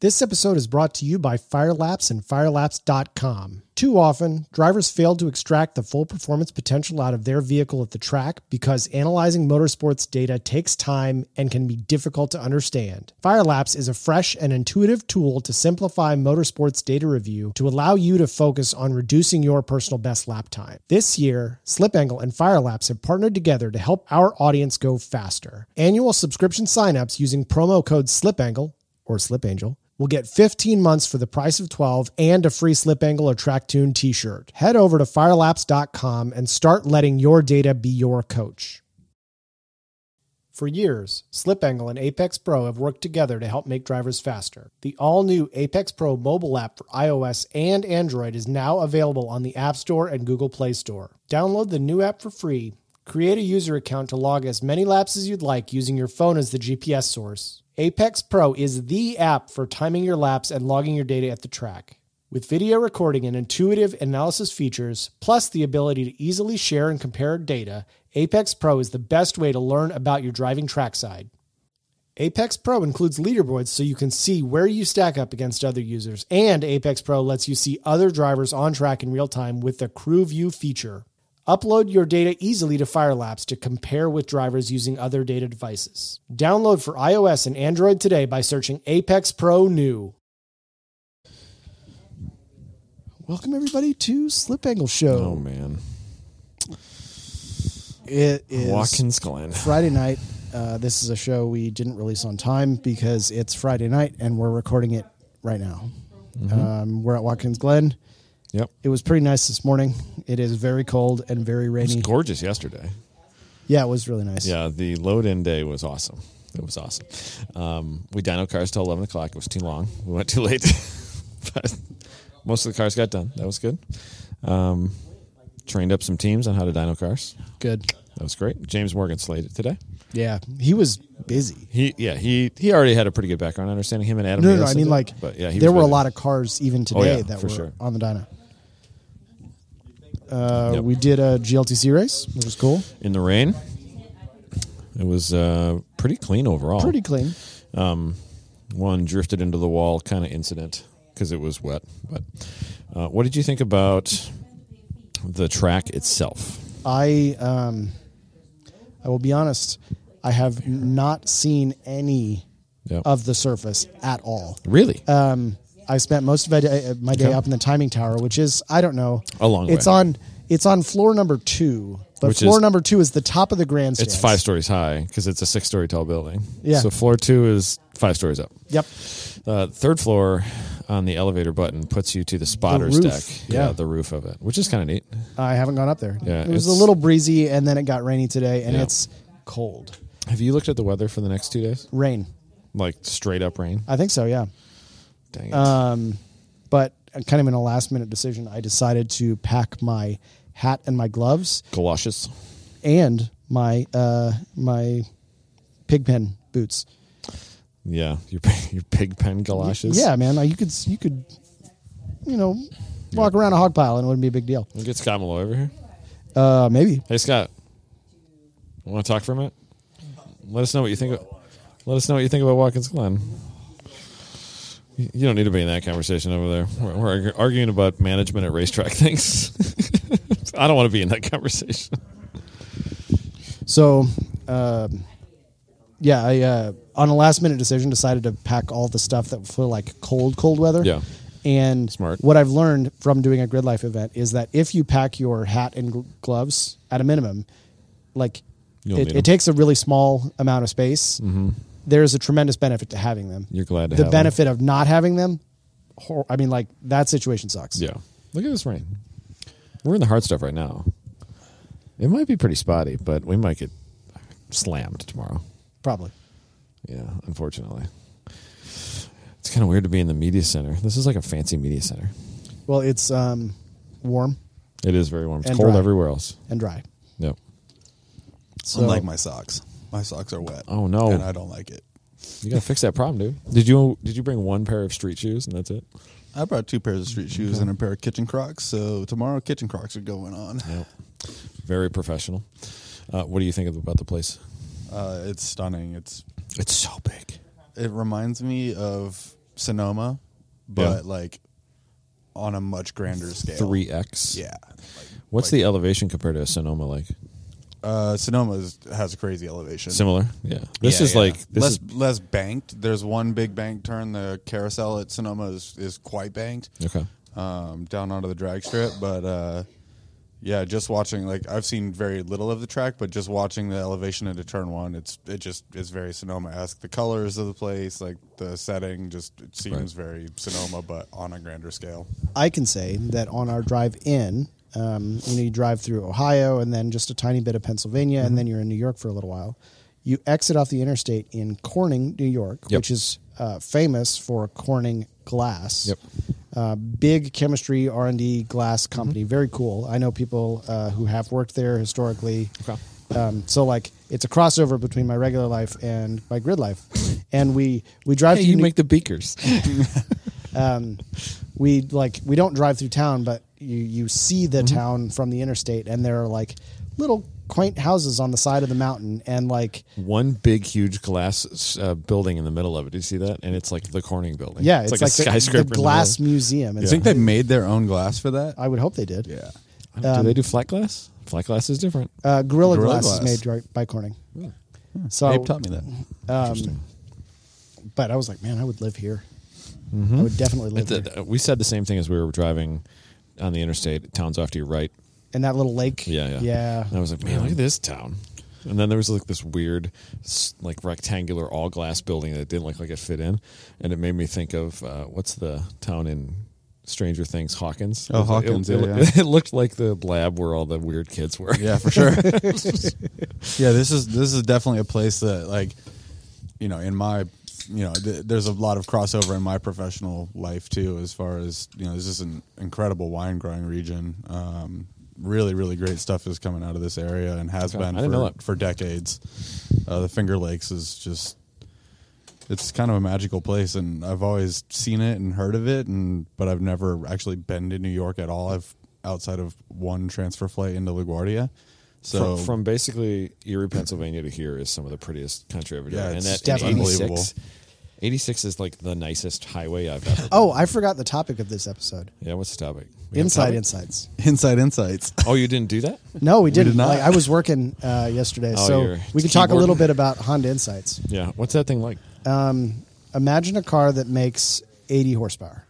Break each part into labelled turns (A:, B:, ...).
A: This episode is brought to you by Firelapse and firelapse.com. Too often, drivers fail to extract the full performance potential out of their vehicle at the track because analyzing motorsports data takes time and can be difficult to understand. Firelapse is a fresh and intuitive tool to simplify motorsports data review to allow you to focus on reducing your personal best lap time. This year, Slip Angle and Firelapse have partnered together to help our audience go faster. Annual subscription signups using promo code SLIPANGLE or Slip Angel will get 15 months for the price of 12 and a free Slip Angle or Track Tune t-shirt. Head over to firelapse.com and start letting your data be your coach. For years, Slip Angle and Apex Pro have worked together to help make drivers faster. The all-new Apex Pro mobile app for iOS and Android is now available on the App Store and Google Play Store. Download the new app for free. Create a user account to log as many laps as you'd like using your phone as the GPS source. Apex Pro is the app for timing your laps and logging your data at the track. With video recording and intuitive analysis features, plus the ability to easily share and compare data, Apex Pro is the best way to learn about your driving trackside. Apex Pro includes leaderboards so you can see where you stack up against other users, and Apex Pro lets you see other drivers on track in real time with the Crew View feature. Upload your data easily to Firelapse to compare with drivers using other data devices. Download for iOS and Android today by searching Apex Pro New. Welcome everybody to Slip Angle
B: Oh
A: Show.
B: man,
C: It is
B: Watkins Glen.
C: Friday night. Uh, this is a show we didn't release on time because it's Friday night and we're recording it right now.
B: Mm-hmm.
C: Um, we're at Watkins Glen.
B: Yep,
C: It was pretty nice this morning. It is very cold and very
B: it
C: rainy.
B: was gorgeous yesterday.
C: Yeah, it was really nice.
B: Yeah, the load in day was awesome. It was awesome. Um, we dyno cars till eleven o'clock. It was too long. We went too late, but most of the cars got done. That was good. Um, trained up some teams on how to dyno cars.
C: Good.
B: That was great. James Morgan slated today.
C: Yeah, he was busy.
B: He yeah he he already had a pretty good background understanding him and Adam.
C: No, no, no, I
B: Nielsen
C: mean
B: did,
C: like
B: but yeah, he
C: there
B: was
C: were a
B: busy. Oh,
C: lot of cars even today
B: yeah,
C: that
B: for
C: were
B: sure.
C: on the dyno. Uh,
B: Yep.
C: We did a GLTC race, which was cool.
B: in the rain. It was uh, pretty clean overall.
C: Pretty clean.
B: one drifted into the wall kind of incident because it was wet. But uh, what did you think about the track itself?
C: I um, I will be honest. I have not seen any
B: Yeah.
C: of the surface at all.
B: really?
C: Um, I spent most of my day, uh, my day
B: Okay.
C: up in the timing tower, which is I don't know.
B: A long
C: It's
B: way.
C: on it's on floor number two, but
B: Which
C: floor
B: is-
C: number two is the top of the grandstand.
B: it's five stories high because it's a six story tall building.
C: Yeah.
B: So floor two is five stories up.
C: Yep.
B: Uh, third floor on the elevator button puts you to the spotter's
C: roof,
B: deck.
C: yeah.
B: The roof of it, which is kind of neat.
C: I haven't gone up there.
B: Yeah,
C: it was a
B: it's-
C: little breezy, and then it got rainy today, and
B: Yeah.
C: it's cold.
B: Have you looked at the weather for the next two days?
C: Rain.
B: Like straight up rain?
C: I think so. Yeah.
B: Dang it.
C: Um, but kind of in a last minute decision, I decided to pack my hat and my gloves
B: Galoshes.
C: and my uh, my pigpen boots.
B: Yeah. Your, your pig pen galoshes.
C: Yeah, man, like, you could you could you know walk around a hog pile and it wouldn't be a big deal.
B: We'll get Scott Malloy over here.
C: Uh, maybe
B: Hey Scott, want to talk for a minute? Let us know what you think. Let us know what you think about Watkins Glen. You you don't need to be in that conversation over there. We're, we're argu- arguing about management at racetrack things. I don't want to be in that conversation.
C: so. Um, yeah, I uh, on a last minute decision decided to pack all the stuff that for like cold cold weather.
B: Yeah.
C: And
B: Smart.
C: what I've learned from doing a grid life event is that if you pack your hat and gl- gloves at a minimum, like
B: You'll need
C: it,
B: 'em.
C: it takes a really small amount of space, there's a tremendous benefit to having them.
B: You're glad to
C: the
B: have 'em.
C: benefit of not having them. hor- I mean, like that situation sucks.
B: Yeah, look at this rain. We're in the hard stuff right now. It might be pretty spotty, but we might get slammed tomorrow.
C: probably.
B: Yeah, unfortunately. It's kind of weird to be in the media center. This is like a fancy media center.
C: Well, it's um, warm
B: It is very warm. It's
C: And
B: cold
C: dry.
B: everywhere else.
C: and dry.
B: Yep.
C: So
D: Unlike my socks. My socks are wet.
B: Oh, no.
D: And I don't like it.
B: You gotta fix that problem, dude. Did you did you bring one pair of street shoes and that's it?
D: I brought two pairs of
B: Mm,
D: street shoes and a pair of kitchen crocs. So tomorrow, kitchen crocs are going on.
B: Yep. Very professional. Uh, what do you think of- about the place?
D: Uh, it's stunning. It's
B: It's so big.
D: it reminds me of Sonoma, but like on a much grander scale.
B: Three X.
D: Yeah. Like,
B: What's the elevation compared to a Sonoma like?
D: uh, Sonoma is, has a crazy elevation.
B: Similar. Yeah. This
D: Yeah,
B: is
D: yeah.
B: like this
D: less
B: is
D: less banked. There's one big bank turn. The carousel at Sonoma is, is quite banked.
B: okay.
D: um, down onto the drag strip. But uh, yeah, just watching like I've seen very little of the track, but just watching the elevation into turn one, it's it just is very Sonoma esque. The colors of the place, like the setting, just it seems very Sonoma, but on a grander scale.
C: I can say that on our drive in, um, you know, you drive through Ohio and then just a tiny bit of Pennsylvania, and
B: Mm-hmm.
C: then you're in New York for a little while. You exit off the interstate in Corning, New York,
B: Yep.
C: which is uh, famous for Corning glass.
B: Yep. Mm-hmm.
C: Uh, big chemistry R and D glass company, very cool. I know people uh, who have worked there historically.
B: Okay.
C: Um, so like it's a crossover between my regular life and my grid life, and we we drive.
B: Hey,
C: through
B: you
C: New-
B: make the beakers.
C: Um, we like we don't drive through town, but you you see the town from the interstate, and there are like little quaint houses on the side of the mountain, and like
B: One big, huge glass uh, building in the middle of it. Do you see that? And it's like the Corning building.
C: yeah, it's, like,
B: a
C: the-
B: skyscraper.
C: the,
B: in middle.
C: glass museum. And
D: I think they made their own glass for that.
C: I would hope they did.
D: yeah,
B: do they do flat glass? Flat glass is different.
C: Uh, Gorilla,
D: Gorilla
C: glass,
D: Glass.
C: is made right by Corning. So,
D: Abe taught me that.
B: Interesting.
C: but I was like, man, I would live here. I would definitely live here.
B: Th- th- we said the same thing as we were driving on the interstate. Towns off to your right.
C: And that little lake.
B: Yeah, yeah.
C: yeah.
B: And I was like, man, look at this town. And then there was like this weird, s- like rectangular all glass building that didn't look like it fit in, and it made me think of uh, what's the town in Stranger Things, Hawkins. It
D: Oh,
B: was- it-
D: Hawkins,
B: It,
D: yeah, yeah.
B: it looked like the lab where all the weird kids were.
D: Yeah, for sure. yeah, this is this is definitely a place that like you know, in my you know, th- there's a lot of crossover in my professional life too as far as, you know, this is an incredible wine growing region. Um really really great stuff is coming out of this area and has
B: Okay,
D: been
B: I didn't know
D: for,
B: that.
D: for decades. Uh, the Finger Lakes is just it's kind of a magical place and I've always seen it and heard of it and but I've never actually been to New York at all. I've outside of one transfer flight into LaGuardia. So
B: from, from basically Erie, Pennsylvania to here is some of the prettiest country I've ever
D: Yeah,
B: done.
D: it's
B: and that in
D: definitely-
B: 86, 86 is like the nicest highway I've ever.
C: Oh, I forgot the topic of this episode.
B: yeah, what's the topic? We have a
C: Inside
B: topic?
C: Insights.
D: Inside Insights.
B: Oh, you didn't do that?
C: No, we didn't.
D: did not.
C: Like, I was working uh, yesterday,
B: Oh,
C: so
B: you're
C: we could talk a
B: keyboarding.
C: little bit about Honda Insights.
B: Yeah. What's that thing like?
C: Imagine a car that makes 80 horsepower.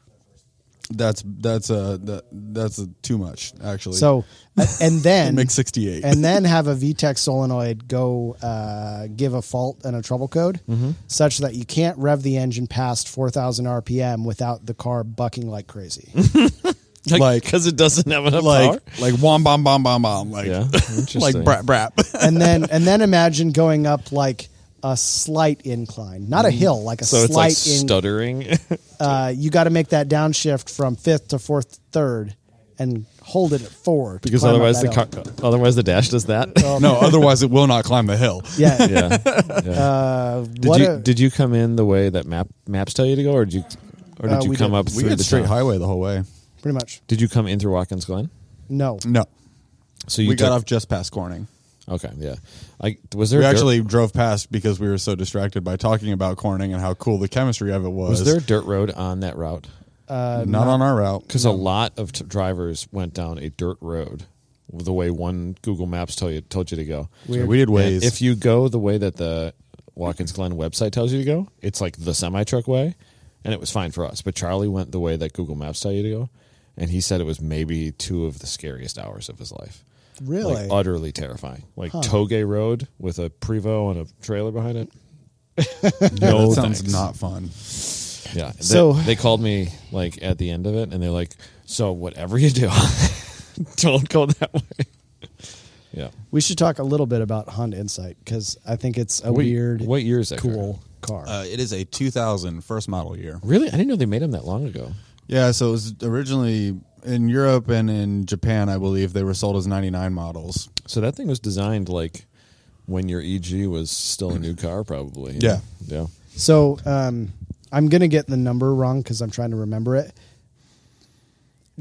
D: That's that's uh that, that's uh, too much actually.
C: So, uh, and then
D: Make 68.
C: and then have a VTEC solenoid go uh, give a fault and a trouble code,
B: Mm-hmm.
C: such that you can't rev the engine past 4,000 RPM without the car bucking like crazy.
B: Like,
D: Like-
B: because it doesn't have enough power.
D: like like wom bom bom bom bom like
B: Yeah,
D: like
B: interesting.
D: brap brap.
C: and then and then imagine going up like a slight incline, not a hill, like a
B: Mm-hmm. So it's
C: slight
B: like
C: incline.
B: stuttering.
C: uh, you got to make that downshift from fifth to fourth third and hold it at four to
B: because
C: climb up
B: otherwise the
C: that
B: car,
C: hill.
B: otherwise the dash does that.
D: no, otherwise it will not climb the hill.
C: yeah,
B: yeah. yeah.
C: Uh,
B: did
C: what
B: you
C: a-
B: did you come in the way that map maps tell you to go, or did you or did
C: Uh,
B: you
C: we
B: come
C: did.
B: up
D: We
B: through
D: had
B: the
D: straight
B: town?
D: highway the whole way.
C: pretty much
B: Did you come in through Watkins Glen?
C: no
D: No,
B: So you
D: we got
B: took-
D: off just past Corning.
B: Okay, yeah. I was there.
D: We
B: dirt-
D: actually drove past because we were so distracted by talking about Corning and how cool the chemistry of it was.
B: was there a dirt road on that route?
D: not, on our route.
B: Because a lot of t- drivers went down a dirt road, the way one Google Maps tell you told you to go.
D: Weird. We did Waze.
B: And If you go the way that the Watkins Glen website tells you to go, it's like the semi truck way, and it was fine for us. But Charlie went the way that Google Maps tell you to go, and he said it was maybe two of the scariest hours of his life.
C: Really?
B: like, utterly terrifying. Like Togay Road with a Prevo and a trailer behind it. no,
D: that sounds
B: thanks.
D: not fun.
B: Yeah. They-
C: So-
B: they, called me like at the end of it, and they're like, "So whatever you do, don't go that way." Yeah.
C: we should talk a little bit about Honda Insight because I think it's a
B: What-
C: weird
B: what year is that car?
C: cool car,
D: Uh, it is a 2000 first model year.
B: Really, I didn't know they made them that long ago.
D: Yeah, so it was originally in Europe and in Japan, I believe they were sold as 99 models.
B: So that thing was designed like when your EG was still a new car, probably.
D: Yeah.
B: Yeah.
C: so um, I'm gonna get the number wrong because I'm trying to remember it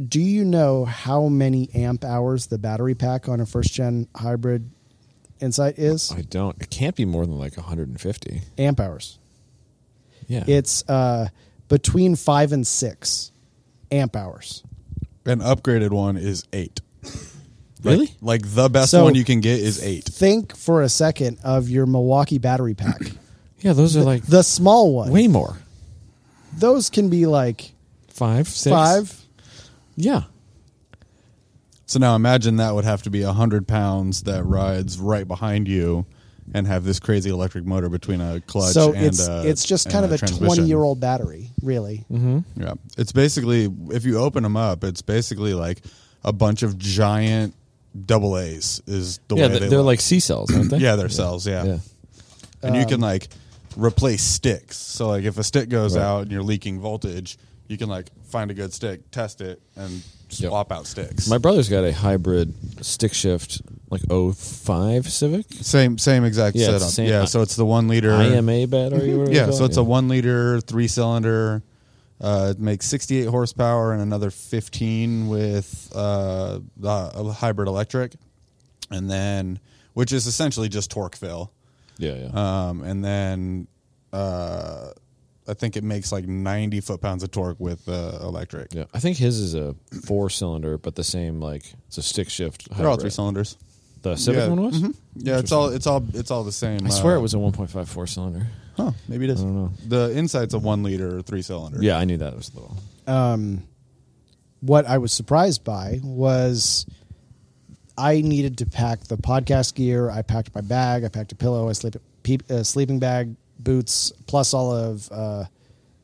C: do you know how many amp hours the battery pack on a first gen hybrid Insight is
B: I don't. It can't be more than like 150.
C: amp hours
B: Yeah.
C: It's uh, between five and six amp hours.
D: An upgraded one is eight.
B: Really?
D: Like, like the best
C: So-
D: one you can get is eight.
C: Think for a second of your Milwaukee battery pack,
B: Yeah, those are like
C: the small one.
B: way more.
C: Those can be like
B: Five, six,
C: five.
B: Yeah.
D: So now imagine that would have to be a hundred pounds that rides right behind you, and have this crazy electric motor between a clutch.
C: So
D: and
C: it's
D: a,
C: it's just kind of
D: and
C: a
D: transmission.
C: twenty year old battery, really.
D: Yeah, it's basically if you open them up, it's basically like a bunch of giant double A's is the
B: yeah,
D: way
B: they-
D: they
B: they're
D: look.
B: like C cells, aren't they?
D: yeah, they're cells. Yeah.
B: Yeah.
C: Um,
D: and you can like replace sticks. So like if a stick goes
B: Right.
D: out and you're leaking voltage, you can like find a good stick, test it, and
B: Yep.
D: swap out sticks.
B: My brother's got a hybrid stick shift, like 05 Civic
D: same same exact
B: Yeah, it's the
D: setup.
B: same-
D: yeah, so it's the one liter
B: IMA battery. whatever they
D: Mm-hmm. Yeah,
B: call
D: so
B: it.
D: it's a one liter three cylinder. Uh, it makes 68 horsepower and another 15 with uh, the a hybrid electric, and then which is essentially just torque fill.
B: Yeah, yeah.
D: Um, and then uh, I think it makes like 90 foot pounds of torque with uh, electric.
B: yeah. I think his is a four cylinder, but the same, like, it's a stick shift.
D: They're all
B: hybrid.
D: three cylinders.
B: The Civic
D: yeah.
B: one was?
D: Mhm. Yeah, it's all it's all it's all the same.
B: I swear
D: uh,
B: it was a 1.5 four cylinder.
D: Huh, maybe it is.
B: I don't know.
D: The inside's a one liter three cylinder.
B: Yeah, I knew that was little.
C: What I was surprised by was I needed to pack the podcast gear. I packed my bag. I packed a pillow. I sleep peep, uh, sleeping bag, boots, plus all of uh,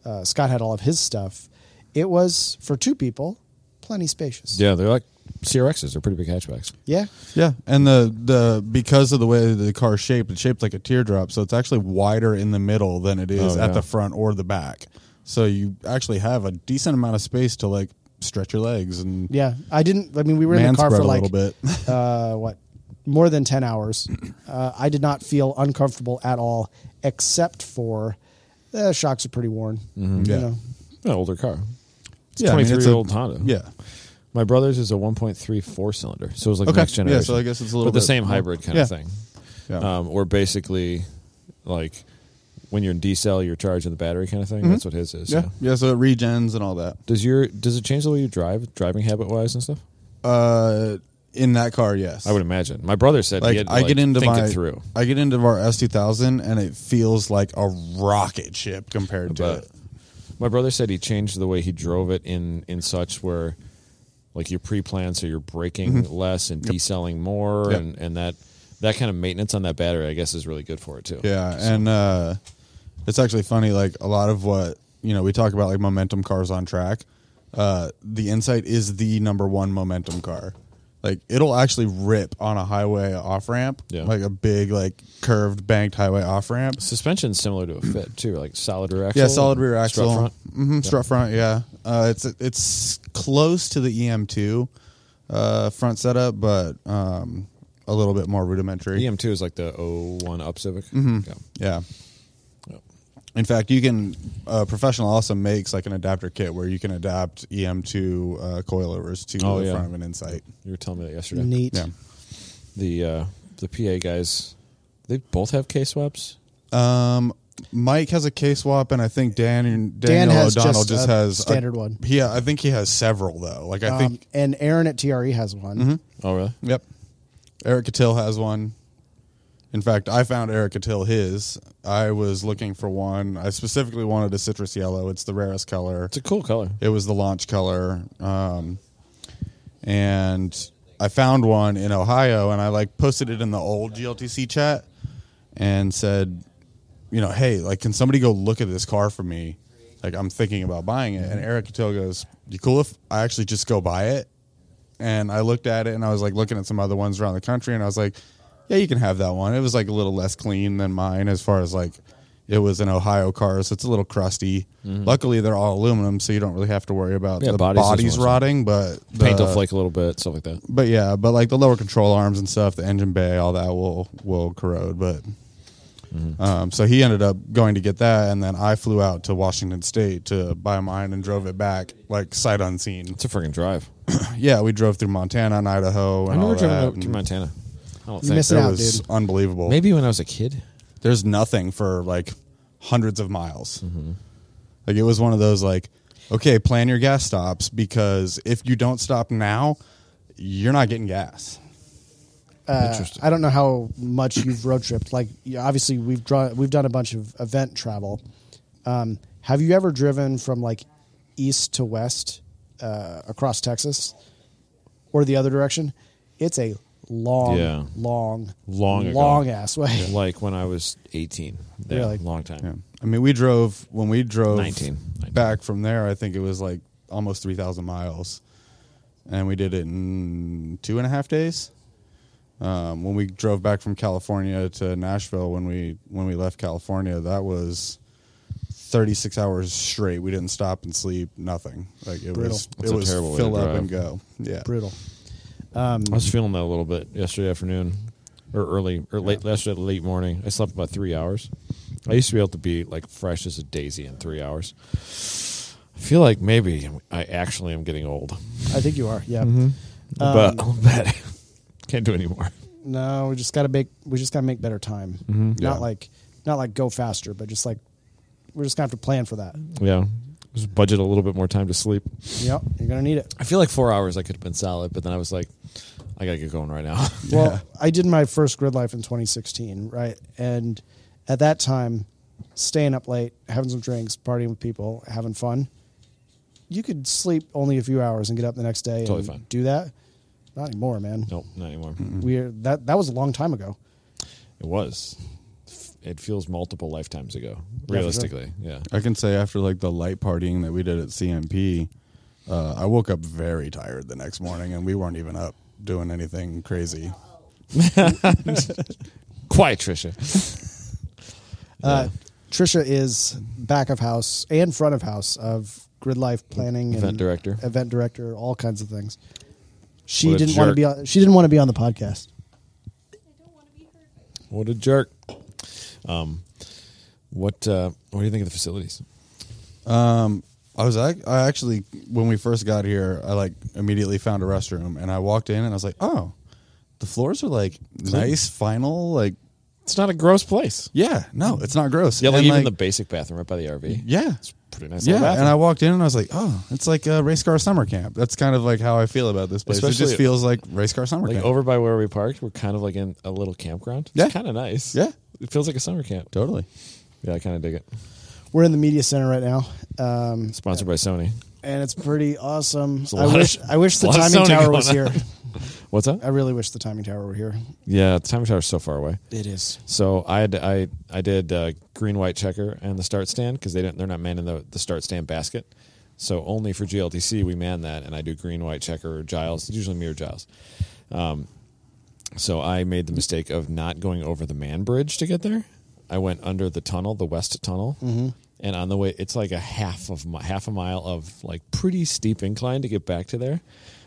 C: uh, Scott had all of his stuff. It was for two people, plenty spacious.
B: Yeah, they're like CRXs. They're pretty big hatchbacks.
C: Yeah.
D: Yeah, and the the because of the way the car's shaped, it's shaped like a teardrop, so it's actually wider in the middle than it is
B: Oh,
D: at
B: yeah.
D: the front or the back. So you actually have a decent amount of space to like stretch your legs and
C: Yeah. I didn't. I mean, we were in
D: man
C: the car
D: spread
C: for
D: a
C: like
D: little bit.
C: uh, what more than 10 hours uh, i did not feel uncomfortable at all except for the shocks are pretty worn you
D: Mm-hmm. Yeah.
C: know
B: An older car. It's
D: Yeah, I mean, it's a-
B: 23 year old Honda.
D: Yeah,
B: My brother's is a 1.3 four cylinder, so it was like
D: Okay.
B: next
D: Yeah, so
B: generation.
D: I guess it's a little
B: but the
D: bit
B: same
D: more-
B: hybrid kind
D: Yeah.
B: of thing.
D: Yeah.
B: Um, or basically, like when you're in D cell, you're charging the battery kind of thing. That's what his is.
D: Mm-hmm. yeah,
B: so.
D: yeah. So it regens and all that.
B: Does your does it change the way you drive, driving habit wise and stuff?
D: Uh, in that car, yes.
B: I would imagine. My brother said
D: like
B: he had to,
D: I get into
B: think
D: my
B: it through.
D: I get into our S two thousand and it feels like a rocket ship compared to
B: But
D: it.
B: my brother said he changed the way he drove it in in such where like you pre-plan so you're braking less and decelling more
D: Mm-hmm. Yep.
B: and and that that kind of maintenance on that battery I guess is really good for it too.
D: Yeah, and uh, it's actually funny. Like a lot of what you know, we talk about like momentum cars on track. Uh, the Insight is the number one momentum car. Like it'll actually rip on a highway off ramp,
B: Yeah.
D: like a big like curved banked highway off ramp.
B: Suspension's similar to a Fit too, like solid rear axle.
D: Yeah, solid rear
B: strut
D: axle.
B: front.
D: hmm Strut front. Yeah, uh, it's it's close to the EM2 uh, front setup, but um, a little bit more
C: E
D: rudimentary.
B: EM2 E is like the 01 up Civic.
D: Mm-hmm.
B: Yeah.
D: Yeah.
B: Yep.
D: In fact, you can. Uh, Professional also makes like an adapter kit where you can adapt EM2 uh, coilovers to
B: Oh,
D: the
B: yeah.
D: front of an Insight.
B: You were telling me that yesterday.
C: neat
D: Yeah.
B: The uh, the PA guys, they both have K swaps.
D: Um, Mike has a K swap, and I think Dan and
C: Dan
D: Daniel
C: has
D: O'Donnell
C: just
D: just,
C: a
D: has
C: standard one.
D: Yeah, I think he has several though. Like I
C: um,
D: think.
C: and aaron at tre has one
B: Oh really?
D: Yep. Eric Cattell has one. In fact, I found Eric Cattell his. I was looking for one. I specifically wanted a citrus yellow. It's the rarest color.
B: It's a cool color.
D: It was the launch color. Um, and I found one in Ohio and I like posted it in the old GLTC chat and said, you know, hey, like, can somebody go look at this car for me? Like, I'm thinking about buying it. And Eric Cattell goes, you cool if I actually just go buy it? And I looked at it and I was like looking at some other ones around the country and I was like, yeah, you can have that one. It was like a little less clean than mine as far as like it was an Ohio car, so it's a little crusty. Luckily, they're all aluminum, so you don't really have to worry about
B: Mm-hmm. Yeah,
D: the
B: bodies
D: bodies,
B: is awesome.
D: rotting, but
B: Paint
D: the,
B: will flake a little bit, stuff like that.
D: but yeah, but like the lower control arms and stuff, the engine bay, all that will will corrode. But um, so he ended up going to get that, and then I flew out to Washington State to buy mine and drove it back like sight unseen.
B: It's a freaking drive.
D: yeah, we drove through Montana and Idaho. And
B: I never
D: all
B: driven
D: that,
B: out through
D: and
B: Montana. I don't
C: You
B: think
C: miss
D: It
C: it out
D: was
C: dude
D: unbelievable.
B: Maybe when I was a kid.
D: there's nothing for like hundreds of miles. Like it was one of those like, okay, plan your gas stops because if you don't stop now, you're not getting gas.
C: Uh, I don't know how much you've road tripped. Like yeah, obviously we've draw, we've done a bunch of event travel. Um, have you ever driven from like east to west uh, across Texas or the other direction? It's a long,
B: Yeah.
C: long,
B: Long ago.
C: long ass way.
B: like when I was 18. Yeah,
C: Really?
B: long time.
D: Yeah. I mean, we drove when we drove
B: 19.
D: back from there. I think it was like almost three thousand miles, and we did it in two and a half days. Um, when we drove back from California to Nashville, when we when we left California, that was thirty six hours straight. We didn't stop and sleep, nothing. Like it
C: Brutal.
D: was,
B: That's
D: it
B: a
D: was
B: terrible way to
D: fill up
B: drive.
D: and go. Yeah,
C: Brutal.
B: I was feeling that a little bit yesterday afternoon, or early, or late yesterday, late morning. I slept about three hours. I used to be able to be like fresh as a daisy in three hours. I feel like maybe I actually am getting old,
C: I think you are. Yeah. Um,
B: but I'll bet can't do anymore.
C: No, we just gotta make we just gotta make better time. Not
B: Mm-hmm.
D: Yeah.
C: like not like go faster, but just like we're just gonna have to plan for that.
B: Yeah, just budget a little bit more time to sleep.
C: Yep, you're gonna need it.
B: I feel like four hours I could have been solid, but then I was like, I gotta get going right now.
C: Well, I did my first grid life in 2016, right? And at that time, staying up late, having some drinks, partying with people, having fun, you could sleep only a few hours and get up the next day
B: Totally
C: and
B: fine.
C: do that. Not anymore, man.
B: nope, not anymore.
C: We're that that was a long time ago.
B: It was. It feels multiple lifetimes ago,
C: sure.
B: realistically. Yeah.
D: I can say after like the light partying that we did at CMP, uh, I woke up very tired the next morning, and we weren't even up doing anything crazy.
B: Quiet, Trisha.
C: Uh, Trisha is back of house and front of house of grid life planning and
B: Event director.
C: event director, all kinds of things. She
B: What a
C: didn't want to
B: jerk.
C: be on. She didn't want to be on the podcast.
B: What a jerk. Um, what uh, What do you think of the facilities?
D: Um, I was ac- I actually when we first got here, I like immediately found a restroom, and I walked in, and I was like, oh, the floors are like nice, final, like
B: It's not a gross place.
D: yeah, no, it's not gross.
B: Yeah, like
D: And,
B: even the basic bathroom right by the RV.
D: yeah.
B: It's pretty nice.
D: Yeah, and I walked in and I was like, "Oh, it's like a race car summer camp." That's kind of like how I feel about this place. it
B: Especially-
D: just feels like race car summer
B: like
D: camp.
B: over by where we parked, we're kind of like in a little campground.
D: Yeah.
B: It's kind of nice.
D: Yeah.
B: It feels like a summer camp.
D: totally.
B: Yeah, I kind of dig it.
C: We're in the media center right now, um,
B: Sponsored by Sony.
C: and it's pretty awesome.
B: a
C: I
B: lot
C: wish
B: of-
C: I wish the
B: lot of
C: timing
B: Sony
C: tower
B: going
C: was
B: on.
C: here.
B: What's that?
C: I really wish the timing tower were here.
B: Yeah, the time tower's so far away.
C: It is.
B: So I had, I I did uh, green white checker and the start stand because they don't they're not manning the, the start stand basket. So only for GLTC we man that, and I do green white checker or Giles, usually mirror Giles. Um, so I made the mistake of not going over the man bridge to get there. I went under the tunnel, the west tunnel, and on the way, it's like a half of mi- half a mile of like pretty steep incline to get back to there,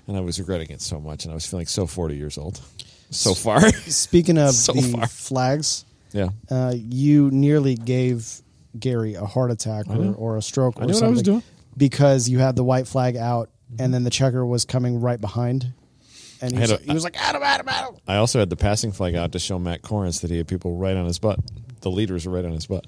B: and I was regretting it so much, and I was feeling so forty years old, so far.
C: Speaking of
B: So
C: the
B: far.
C: flags,
B: yeah,
C: uh, you nearly gave Gary a heart attack or,
B: know.
C: or a stroke
B: I
C: or
B: knew what
C: something
B: I was doing. Mm-hmm.
C: because you had the white flag out and then the checker was coming right behind. And he
B: I
C: was,
B: had a-
C: he was like, Adam, Adam, Adam.
B: I also had the passing flag out to show Matt Corrins that he had people right on his butt. The leaders were right on his butt.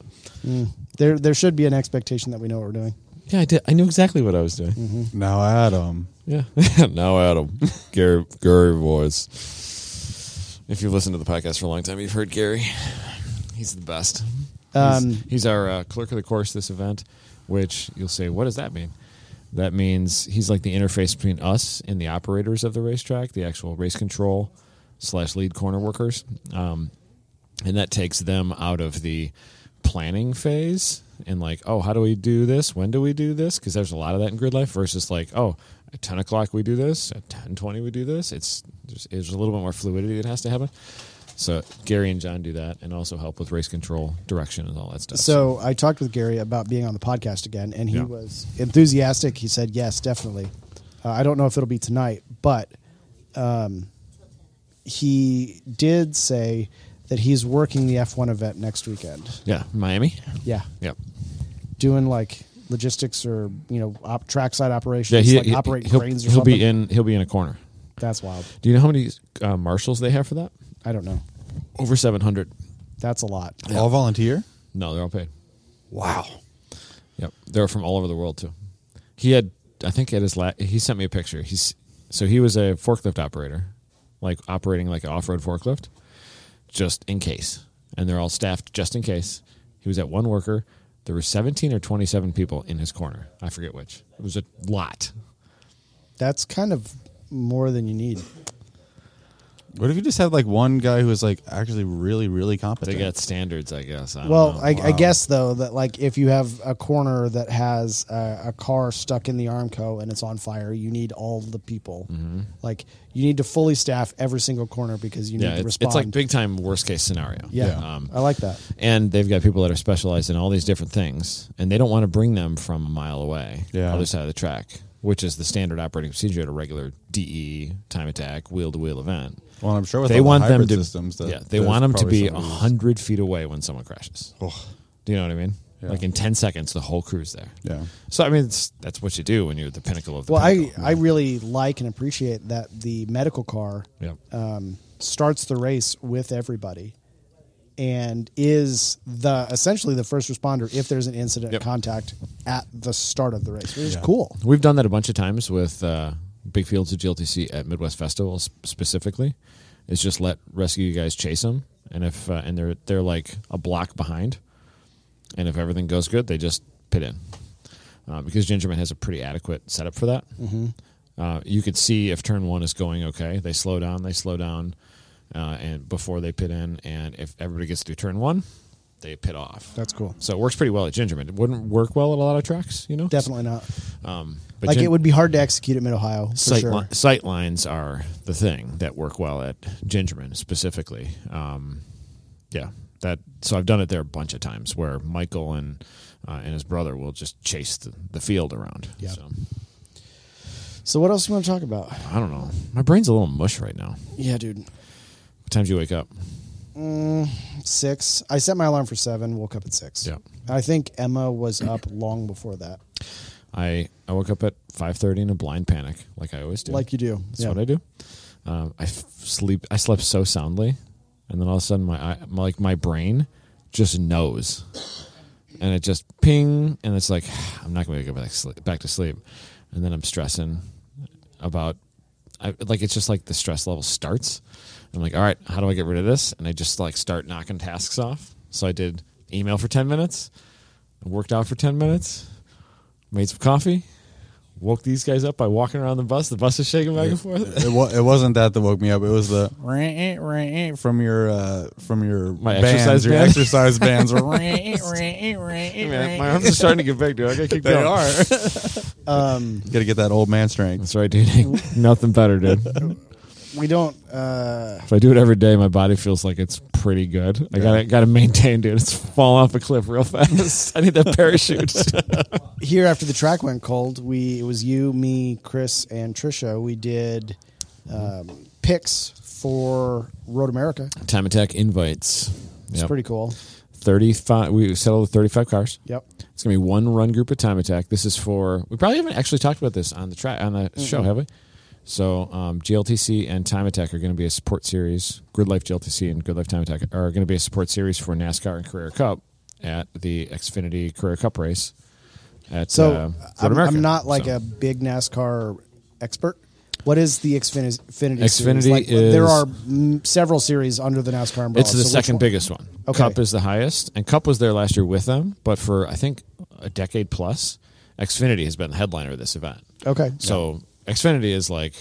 C: There, there should be an expectation that we know what we're doing.
B: Yeah, I did. I knew exactly what I was doing.
C: Mm-hmm.
D: Now, Adam,
B: Yeah. now Adam, Gary, Gary voice. If you've listened to the podcast for a long time, you've heard Gary. He's the best.
C: Um,
B: he's, he's our uh, clerk of the course this event, which you'll say, what does that mean? That means he's like the interface between us and the operators of the racetrack, the actual race control slash lead corner workers. Um, and that takes them out of the planning phase and like oh how do we do this when do we do this because there's a lot of that in grid life versus like oh at 10 o'clock we do this at 10.20 we do this it's there's, there's a little bit more fluidity that has to happen so gary and john do that and also help with race control direction and all that stuff
C: So I talked with Gary about being on the podcast again, and he
B: Yeah.
C: was enthusiastic. He said, "Yes, definitely." Uh, I don't know if it'll be tonight, but um, he did say that he's working the F1 event next weekend.
B: yeah miami
C: Yeah,
B: yep
C: doing like logistics or you know op- trackside operations,
B: yeah he,
C: like
B: he-
C: operate
B: he'll,
C: cranes or
B: he'll
C: something.
B: be in he'll be in a corner
C: That's wild.
B: do you know how many uh, marshals they have for that
C: I don't know.
B: over 700
C: That's a lot.
D: all volunteer.
B: no they're all paid
D: Wow.
B: Yep, they're from all over the world too. He had, I think, at his la- he sent me a picture. He's so he was a forklift operator, like operating like an off-road forklift, just in case. And they're all staffed just in case. He was at one worker. There were seventeen or twenty-seven people in his corner. I forget which. It was a lot.
C: That's kind of more than you need.
D: What if you just had like one guy who was like actually really really
B: They
D: competent?
B: got standards, I guess. I don't
C: Well,
B: know.
C: I, I guess though that like if you have a corner that has a, a car stuck in the Armco and it's on fire, you need all the people.
B: Mm-hmm.
C: Like you need to fully staff every single corner because you
B: yeah,
C: need to
B: it's,
C: respond.
B: it's like big time worst case scenario.
C: yeah,
D: yeah.
B: Um,
C: I like that.
B: and they've got people that are specialized in all these different things, and they don't want to bring them from a mile away,
D: Yeah.
B: other side of the track, which is the standard operating procedure at a regular DE time attack wheel to wheel event.
D: well, I'm sure with
B: They
D: all the
B: want them
D: hybrid
B: to
D: systems that
B: yeah, they
D: there's
B: want them to
D: probably
B: be
D: somebody who's-
B: hundred feet away when someone crashes. Do you know what I mean? Like in ten seconds, the whole crew's there.
D: Yeah.
B: So I mean, it's, that's what you do when you're at the pinnacle of the.
C: Well, I
B: pinnacle.
C: I really like and appreciate that the medical car
B: Yep.
C: um, starts the race with everybody and is the essentially the first responder if there's an incident
B: Yep.
C: contact at the start of the race, which is
D: Yeah.
C: cool.
B: We've done that a bunch of times with uh, Big Fields of GLTC at Midwest Festivals specifically. Is just let rescue guys chase them, and if uh, and they're they're like a block behind, and if everything goes good, they just pit in uh, because Gingerman has a pretty adequate setup for that. Mm-hmm. Uh, you could see if turn one is going okay, they slow down, they slow down, uh, and before they pit in, and if everybody gets through turn one, they pit off.
C: That's cool.
B: so it works pretty well at Gingerman. It wouldn't work well at a lot of tracks, you know.
C: Definitely not.
B: Um, but
C: Like
B: Gin-
C: it would be hard to execute at Mid Ohio for
B: sight,
C: sure.
B: li- sight lines are the thing that work well at Gingerman specifically. Um, yeah, that. So I've done it there a bunch of times where Michael and uh, and his brother will just chase the, the field around.
C: Yeah.
B: So,
C: So what else do you want to talk about?
B: I don't know. My brain's a little mush right now.
C: Yeah, dude. Mm,
B: What time do you wake up?
C: Six. I set my alarm for seven. Woke up at six.
B: Yeah.
C: I think Emma was up long before that,
B: I I woke up at five thirty in a blind panic, like I always do.
C: like you do.
B: That's what I do. Um, I f- sleep. I slept so soundly, and then all of a sudden, my, eye, my like my brain just knows, and it just ping, and it's like I'm not going to go back sleep, back to sleep, and then I'm stressing about, I, like it's just like the stress level starts. I'm like, all right, how do I get rid of this? And I just like start knocking tasks off. So I did email for ten minutes, worked out for ten minutes, made some coffee. Woke these guys up by walking around the bus. The bus is shaking back and forth.
D: it, wa- it wasn't that that woke me up. It was the "Rah-eh, rah-eh" from your uh, from your
B: My exercise
D: bands, your
B: band?
D: exercise bands.
B: Man, my arms are starting to get big, dude. I gotta keep
D: They
B: going.
D: are.
C: Um,
D: Got to get that old man strength.
B: That's right, dude. Ain't Nothing better, dude. If
C: we don't. Uh,
B: I do it every day, my body feels like it's pretty good. I gotta gotta maintain, dude. It's falling off a cliff real fast. I need that parachute.
C: here after the track went cold, we it was you, me, Chris, and Trisha. We did um, picks for Road America.
B: Time attack invites.
C: It's pretty cool.
B: Thirty five. We settled thirty five cars.
C: Yep.
B: It's gonna be one run group at time attack. This is for we probably haven't actually talked about this on the track on the show, have we? So um, GLTC and Time Attack are going to be a support series. Good Life GLTC and Good Life Time Attack are going to be a support series for NASCAR and Career Cup at the Xfinity Career Cup race. At
C: So
B: uh, Road
C: I'm,
B: America.
C: I'm not like
B: So-
C: a big NASCAR expert. What is the Xfinity? Xfinity, series?
B: Xfinity
C: Like, there
B: is-
C: are mm, several series under the NASCAR umbrella.
B: It's the
C: So which
B: second
C: one?
B: biggest one.
C: Okay.
B: Cup is the highest, and Cup was there last year with them. But for I think a decade plus, Xfinity has been the headliner of this event.
C: Okay.
B: So Xfinity is like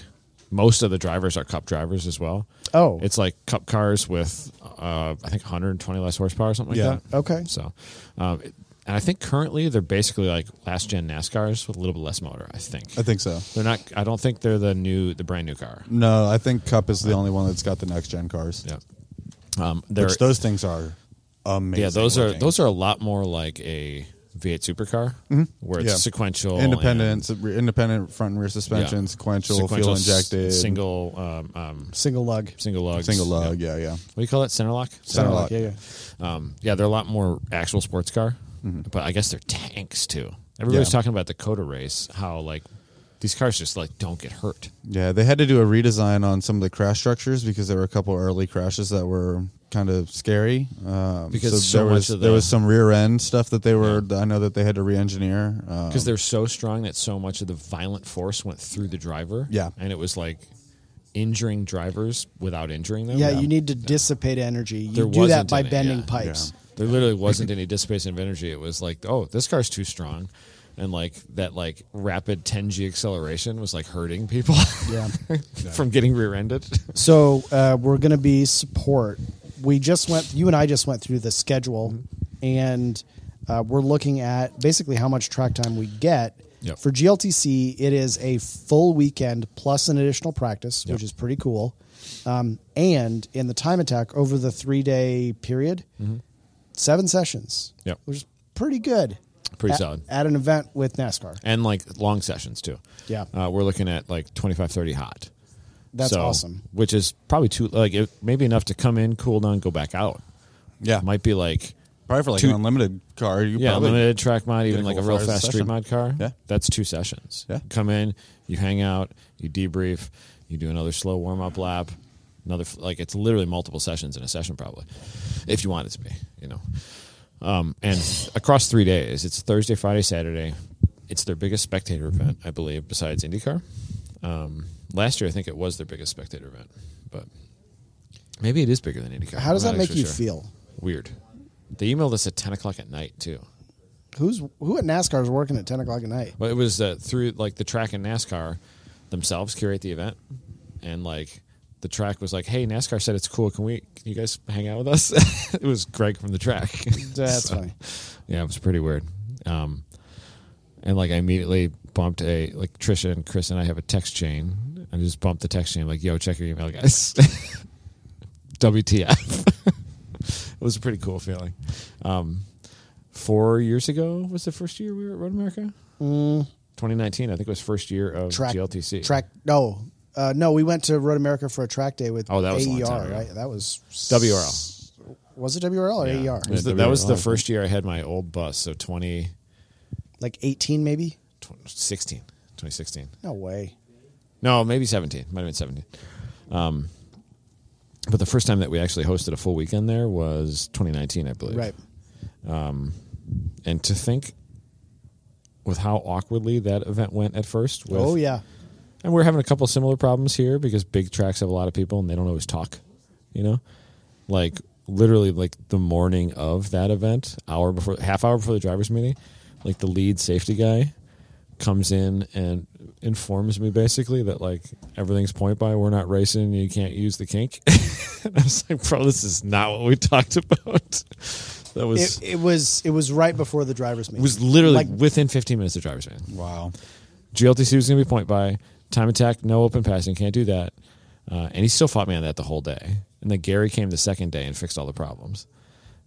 B: most of the drivers are cup drivers as well.
C: Oh.
B: it's like cup cars with uh, I think 120 less horsepower or something
D: Yeah.
B: like that.
C: Okay.
B: So, um, it- and I think currently they're basically like last gen NASCARs with a little bit less motor. I think
D: I think so.
B: they're not. I don't think they're the new the brand new car.
D: No, I think Cup is the only one that's got the next gen cars.
B: Yeah. Um, they're,
D: Which those things are amazing.
B: yeah, those are
D: looking.
B: those are a lot more like a V8 supercar where it's
D: Yeah.
B: sequential,
D: independent, sub- independent front and rear
B: and-
D: suspension,
B: Oh, yeah.
D: sequential,
B: Sequential
D: fuel
B: s-
D: injected,
B: single, um, um,
C: Single lug.
B: single lugs,
D: single
B: Yeah.
D: lug. Yeah, yeah.
B: What do you call that? Center lock.
D: Center lock.
C: Yeah, yeah.
B: Um, yeah, they're a lot more actual sports car,
C: Mm-hmm.
B: but I guess they're tanks too. Everybody's
D: Yeah.
B: talking about the Coda race, how like these cars just like don't get hurt.
D: Yeah, they had to do a redesign on some of the crash structures because there were a couple early crashes that were kind of scary um,
B: Because so
D: there
B: much
D: was
B: of
D: there
B: the-
D: was some rear end stuff that they were. I know that they had to re-engineer. Um,
B: because they're so strong that so much of the violent force went through the driver.
D: Yeah.
B: and it was like injuring drivers without injuring them.
C: Yeah, you need to dissipate energy. You
B: There
C: do that
B: wasn't
C: by
B: any,
C: bending
B: yeah.
C: pipes.
B: There literally wasn't any dissipation of energy. It was like, oh, this car's too strong, and like that like rapid 10g acceleration was like hurting people.
C: Yeah.
B: from getting rear-ended.
C: So uh, we're going to be support. We just went. You and I just went through the schedule,
B: Mm-hmm.
C: and uh, we're looking at basically how much track time we get.
B: Yep.
C: For GLTC, it is a full weekend plus an additional practice, which is pretty cool. Um, and in the time attack over the three day period, seven sessions,
B: Mm-hmm. Yep.
C: which is pretty good.
B: Pretty
C: at,
B: solid.
C: at an event with NASCAR.
B: and like long sessions too.
C: Yeah.
B: uh, we're looking at like 25, 30 hot.
C: That's
B: So-
C: awesome.
B: Which is probably too like it, maybe enough to come in, cool down, go back out.
D: yeah,
B: Might be like
D: probably for like
B: two-
D: an unlimited car. You
B: yeah,
D: probably,
B: limited track mod, even
D: a
B: like a
D: couple
B: real
D: hours a
B: fast street
D: session.
B: mod car.
D: Yeah.
B: that's two sessions.
D: Yeah.
B: come in, you hang out, you debrief, you do another slow warm up lap. Another f- like it's literally multiple sessions in a session probably, if you want it to be, you know. Um, and across three days, it's Thursday, Friday, Saturday. It's their biggest spectator event, I believe, besides IndyCar. Um, last year, I think it was their biggest spectator event, but maybe it is bigger than IndyCar.
C: How does
B: I'm
C: that
B: not
C: make
B: actually
C: you
B: sure.
C: feel?
B: Weird. They emailed us at ten o'clock at night too.
C: Who's who at NASCAR is working at ten o'clock at night?
B: Well, it was uh, through like the track and NASCAR themselves curate the event, and like the track was like, "Hey, NASCAR said it's cool. Can we? Can you guys hang out with us?" it was Greg from the track.
C: That's funny.
B: yeah, it was pretty weird. Um, and like I immediately bumped a like Trisha and Chris and I have a text chain. I just bumped the text chain like, "Yo, check your email, guys." WTF? it was a pretty cool feeling. Um, four years ago was the first year we were at Road America. 2019, I think, was first year of
C: Mm. track
B: GLTC.
C: Track no, uh, no. We went to Road America for a track day with
B: Oh, that was a
C: AER.
B: long time ago.
C: right? That was
B: WRL.
C: Was it WRL or E
B: Yeah.
C: AER?
B: It was the-
D: Yeah,
B: that was
D: WRL,
B: the
D: I think.
B: first year I had my old bus. So 20,
C: Like eighteen, maybe.
B: 2016, 2016.
C: No way.
B: No, maybe 17. Might have been 17. Um, but the first time that we actually hosted a full weekend there was 2019, I believe.
C: Right.
B: And to think with how awkwardly that event went at first. With,
C: Oh yeah.
B: And we're having a couple similar problems here because big tracks have a lot of people and they don't always talk, you know? Like literally like the morning of that event, hour before half hour before the drivers meeting, like the lead safety guy comes in and informs me basically that like everything's point by, we're not racing, you can't use the kink. and I was like, bro, this is not what we talked about. that was
C: It, it was it was right before the drivers meeting.
B: it was literally
C: like
B: within 15 minutes of the drivers meeting.
D: Wow.
B: GLTC was going to be point by time attack, no open passing, can't do that. Uh, and he still fought me on that the whole day. And then Gary came the second day and fixed all the problems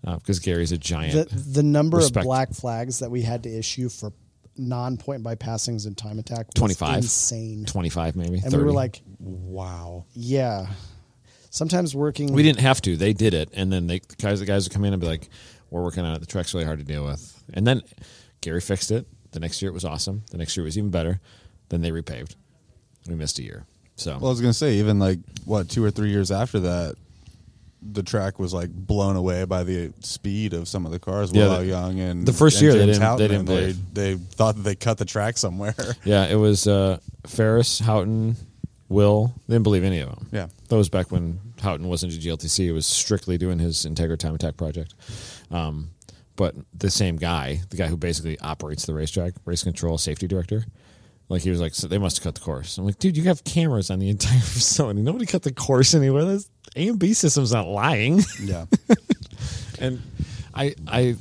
B: because Gary's a
C: the
B: giant.
C: the number
B: Respect.
C: of black flags that we had to issue for non point by passings and time attack was
B: 25.
C: insane.
B: 25 maybe.
C: and
B: 30.
C: we were like,
D: Wow.
C: yeah. Sometimes working
B: we didn't have to. They did it, and then they the guys the guys would come in and be like, "We're working on it. The truck's really hard to deal with." And then Gary fixed it. The next year it was awesome. The next year it was even better. Then they repaved. We missed a year. So
D: Well, I was gonna say even like what two or three years after that, the track was like blown away by the speed of some of the cars.
B: Yeah,
D: Willow
B: the-
D: Young and
B: the first
D: and
B: year they
D: James
B: didn't- they
D: Houghton,
B: didn't
D: and they, they thought that they cut the track somewhere.
B: Yeah, it was uh, Ferris, Houghton, Will. They didn't believe any of them.
D: Yeah.
B: That was back when Houghton wasn't a GLTC. He was strictly doing his Integra Time Attack project. Um, but the same guy, the guy who basically operates the racetrack, race control, safety director, like he was like, so they must have cut the course. I'm like, dude, you have cameras on the entire facility. Nobody cut the course anywhere. That's, A and B system's not lying.
D: yeah,
B: and I I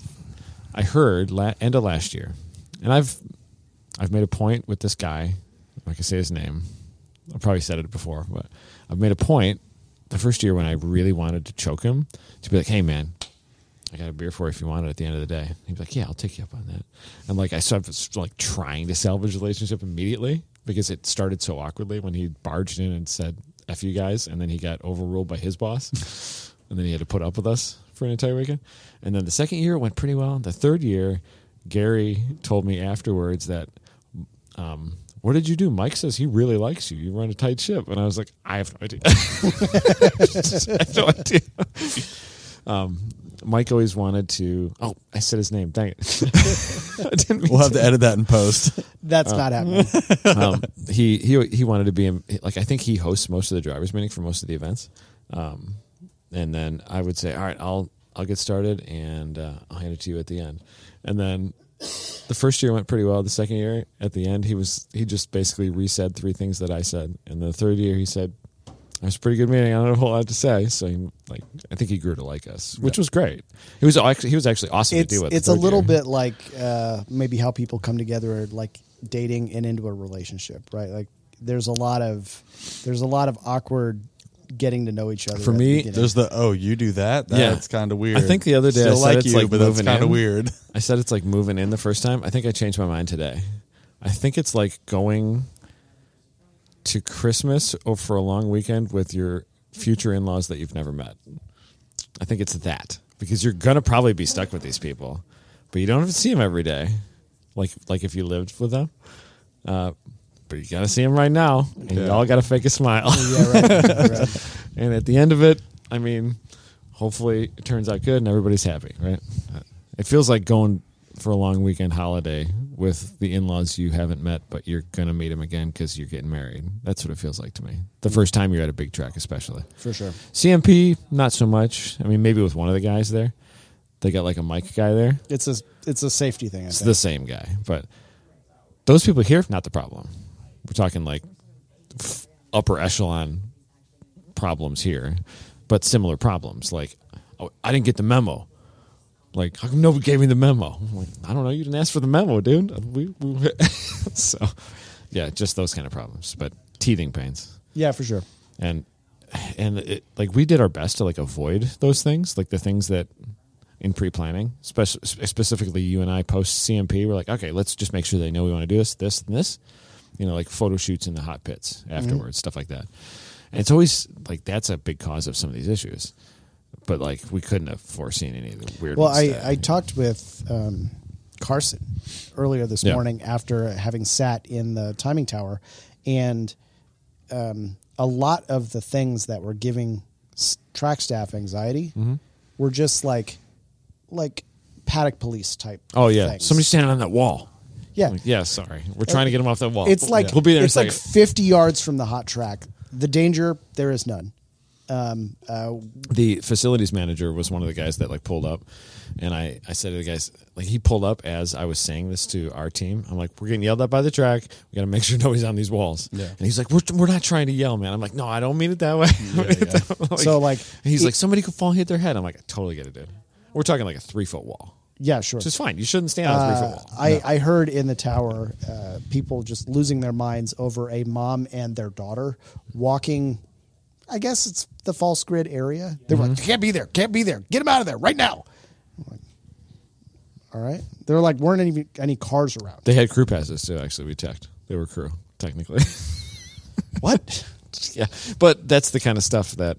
B: I heard la- end of last year, and I've I've made a point with this guy. If I can say his name, I probably said it before, but I've made a point the first year when I really wanted to choke him to be like, "Hey, man." I got a beer for you if you want it at the end of the day. He'd be like, "Yeah, I'll take you up on that." And like I started like trying to salvage the relationship immediately because it started so awkwardly when he barged in and said "f you guys," and then he got overruled by his boss, and then he had to put up with us for an entire weekend. And then the second year it went pretty well. The third year, Gary told me afterwards that um, what did you do? Mike says he really likes you. You run a tight ship. And I was like, I have no idea. I have no idea. Um, Mike always wanted to. Oh, I said his name. Dang it! I didn't mean
D: We'll have to edit that in post.
C: That's
B: uh,
C: not happening.
B: um, he he he wanted to be in, like I think he hosts most of the drivers meeting for most of the events, um, and then I would say, all right, I'll I'll get started and uh, I'll hand it to you at the end, and then the first year went pretty well. The second year at the end, he was he just basically resaid three things that I said, and the third year he said. It was a pretty good meeting. I don't have a whole lot to say. So, he, like, I think he grew to like us, which was great. He was actually he was actually awesome
C: It's
B: to deal with. the
C: it's a
B: third
C: little
B: year.
C: bit like uh, maybe how people come together, or like dating and into a relationship, right? Like there's a lot of there's a lot of awkward getting to know each other.
B: For
C: at the
B: me,
C: beginning.
D: There's the oh, you do that.
B: Yeah.
D: That's kind of weird.
B: I think the other day I
D: Still
B: said
D: like
B: it's
D: you,
B: like
D: but that's
B: moving
D: kind of
B: in.
D: weird.
B: I said it's like moving in the first time. I think I changed my mind today. I think it's like going to Christmas or for a long weekend with your future in laws that you've never met. I think it's that because you're gonna probably be stuck with these people, but you don't have to see them every day, like like if you lived with them. Uh, but you gotta see them right now, and you
D: Yeah.
B: all gotta fake a smile.
C: yeah, right, right.
B: And at the end of it, I mean, hopefully it turns out good and everybody's happy, right? Uh, It feels like going for a long weekend holiday with the in-laws you haven't met, but you're gonna meet them again because you're getting married. That's what it feels like to me. The first time you're at a big track, especially
C: for sure.
B: CMP, not so much. I mean, maybe with one of the guys there, they got like a mic guy there.
C: It's a it's a safety thing. I
B: It's
C: think.
B: the same guy, but those people here, not the problem. We're talking like f- upper echelon problems here, but similar problems. Like, oh, I didn't get the memo. Like, how come nobody gave me the memo? I'm like, I don't know. You didn't ask for the memo, dude. We, we so, yeah, just those kind of problems, but teething pains
C: yeah, for sure.
B: and and it, like we did our best to like avoid those things like the things that in pre-planning spec- specifically you and i post cmp we're like okay let's just make sure they know we want to do this this and this you know like photo shoots in the hot pits
C: Mm-hmm.
B: afterwards stuff like that and it's always like that's a big cause of some of these issues but like we couldn't have foreseen any of the weird
C: Well,
B: ones
C: I,
B: that-
C: I talked with um, Carson earlier this
B: Yeah.
C: morning after having sat in the timing tower, and um, a lot of the things that were giving s- track staff anxiety
B: Mm-hmm.
C: were just like like paddock police type.
B: oh yeah
C: things.
B: somebody standing on that wall
C: yeah.
B: Like, yeah sorry we're trying to get him off that wall
C: It's like
B: we'll be there in a
C: It's like
B: second.
C: fifty yards from the hot track. The danger there is none. Um, uh,
B: the facilities manager was one of the guys that like pulled up and I, I said to the guys like he pulled up as i was saying this to our team i'm like we're getting yelled at by the track we gotta make sure nobody's on these walls
D: Yeah.
B: and he's like we're, we're not trying to yell man i'm like no i don't mean it that way Like-
C: So, like,
B: and he's
C: it-
B: like somebody could fall and hit their head i'm like i totally get it dude we're talking like a three foot wall
C: Yeah, sure.
B: which is fine you shouldn't stand on a three
C: Uh,
B: foot wall
C: I, I heard in the tower uh, people just losing their minds over a mom and their daughter walking. I guess it's the false grid area. They were like,
B: Mm-hmm.
C: "You can't be there! Can't be there! Get him out of there right now!" I'm like, all right, there like weren't any any cars around.
B: they had crew passes too actually we teched they were crew technically
C: what?
B: yeah, but that's the kind of stuff that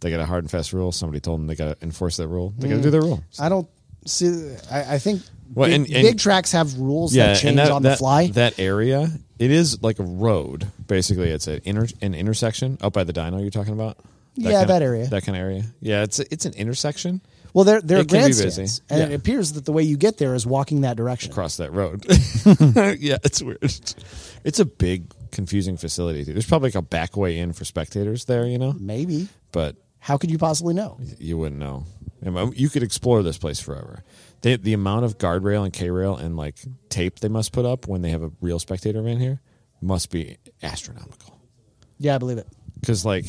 B: they got a hard and fast rule. Somebody told them they got to enforce that rule. They got to do their rule.
C: I don't see. I, I think
B: Well,
C: big,
B: and- and-
C: big tracks have rules that change on the fly.
B: That area, it is like a road. Basically, it's an inter- an intersection up by the dyno. You're talking about.
C: Yeah,
B: kinda-
C: that area.
B: That kind of area. Yeah, it's it's an intersection
C: well, there there are
B: it can be busy.
C: grandstands, and it
B: Yeah.
C: appears that the way you get there is walking that direction.
B: across that road. yeah, it's weird. It's a big, confusing facility. There's probably like a back way in for spectators there. You know,
C: Maybe.
B: but
C: How could you possibly know?
B: you wouldn't know. I mean, You could explore this place forever. They, the amount of guardrail and K rail and like tape they must put up when they have a real spectator van here must be astronomical.
C: Yeah, I believe it.
B: Because like,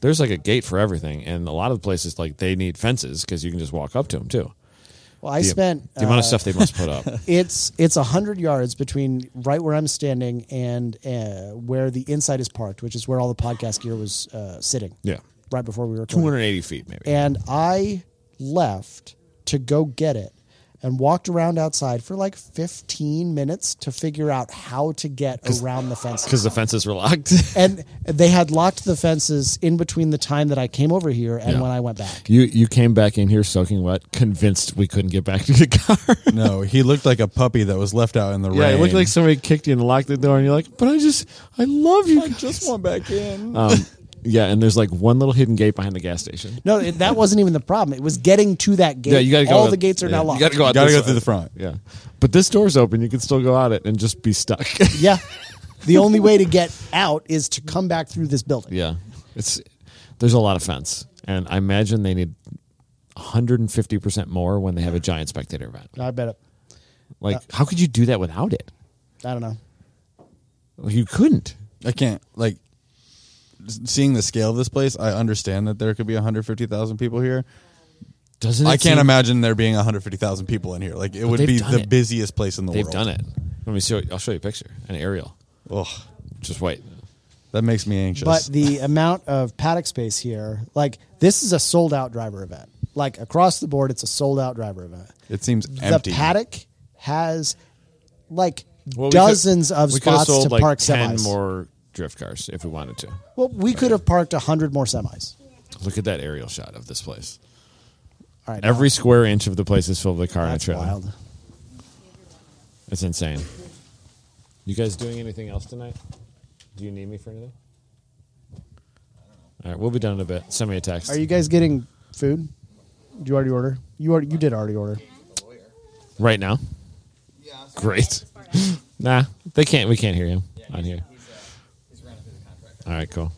B: there's like a gate for everything, and a lot of the places like they need fences because you can just walk up to them too.
C: Well, I
B: The,
C: spent
B: the amount
C: uh,
B: of stuff they must put up.
C: It's it's a hundred yards between right where I'm standing and uh, where the inside is parked, which is where all the podcast gear was uh, sitting.
B: Yeah.
C: right before we were
B: 280 feet maybe.
C: And I left to go get it and walked around outside for like 15 minutes to figure out how to get around the fences.
B: Because the fences were locked.
C: And they had locked the fences in between the time that I came over here and
B: Yeah.
C: when I went back.
B: you you came back in here soaking wet, convinced we couldn't get back to the car.
D: no, he looked like a puppy that was left out in the rain.
B: Yeah, it looked like somebody kicked you and locked the door, and you're like, "But I just, I love you." guys."
D: just went back in.
B: Um, Yeah, and there's like one little hidden gate behind the gas station.
C: No, it- that wasn't even the problem. It was getting to that gate.
B: Yeah, you got to go.
C: All
B: out-
C: the gates are
B: yeah,
C: now locked.
B: You got to go out.
D: Gotta
B: this
D: go through
B: way.
D: the front.
B: Yeah, but this door's open. You can still go out it and just be stuck.
C: yeah. The only way to get out is to come back through this building.
B: yeah, it's there's a lot of fence, and I imagine they need 150 percent more when they have a giant spectator event.
C: I bet it.
B: Like, how could you do that without it?
C: I don't know.
B: You couldn't.
D: I can't like s- seeing the scale of this place. I understand that there could be 150,000 people here.
B: Doesn't it
D: I
B: seem-
D: can't imagine there being 150,000 people in here. Like it would
B: they've
D: be
B: done
D: the
B: it.
D: busiest place in the
B: They've
D: world.
B: done it. Let me show. You, I'll show you a picture. An aerial.
D: Ugh,
B: Just wait.
D: that makes me anxious.
C: But the amount of paddock space here, like this is a sold out driver event. Like across the board, it's a sold out driver event.
D: it seems empty.
C: The paddock has like
B: Well, we could-
C: dozens of
B: we could have
C: spots
B: sold
C: to
B: like
C: park
B: ten
C: semis.
B: more drift cars if we wanted to.
C: Well, we could have parked hundred more semis.
B: Look at that aerial shot of this place.
C: All right,
B: Every square inch of the place is filled with a car
C: that's
B: and a trailer.
C: wild.
B: It's insane. You guys doing anything else tonight? Do you need me for anything? All right, we'll be done in a bit. Send me a text.
C: Are you guys getting food? Did you already order? You already, you did already order.
B: right now?
E: Yeah. so-
B: Great. nah, they can't. We can't hear him on here.
E: He's, uh, he's running through the contract.
B: All right, cool.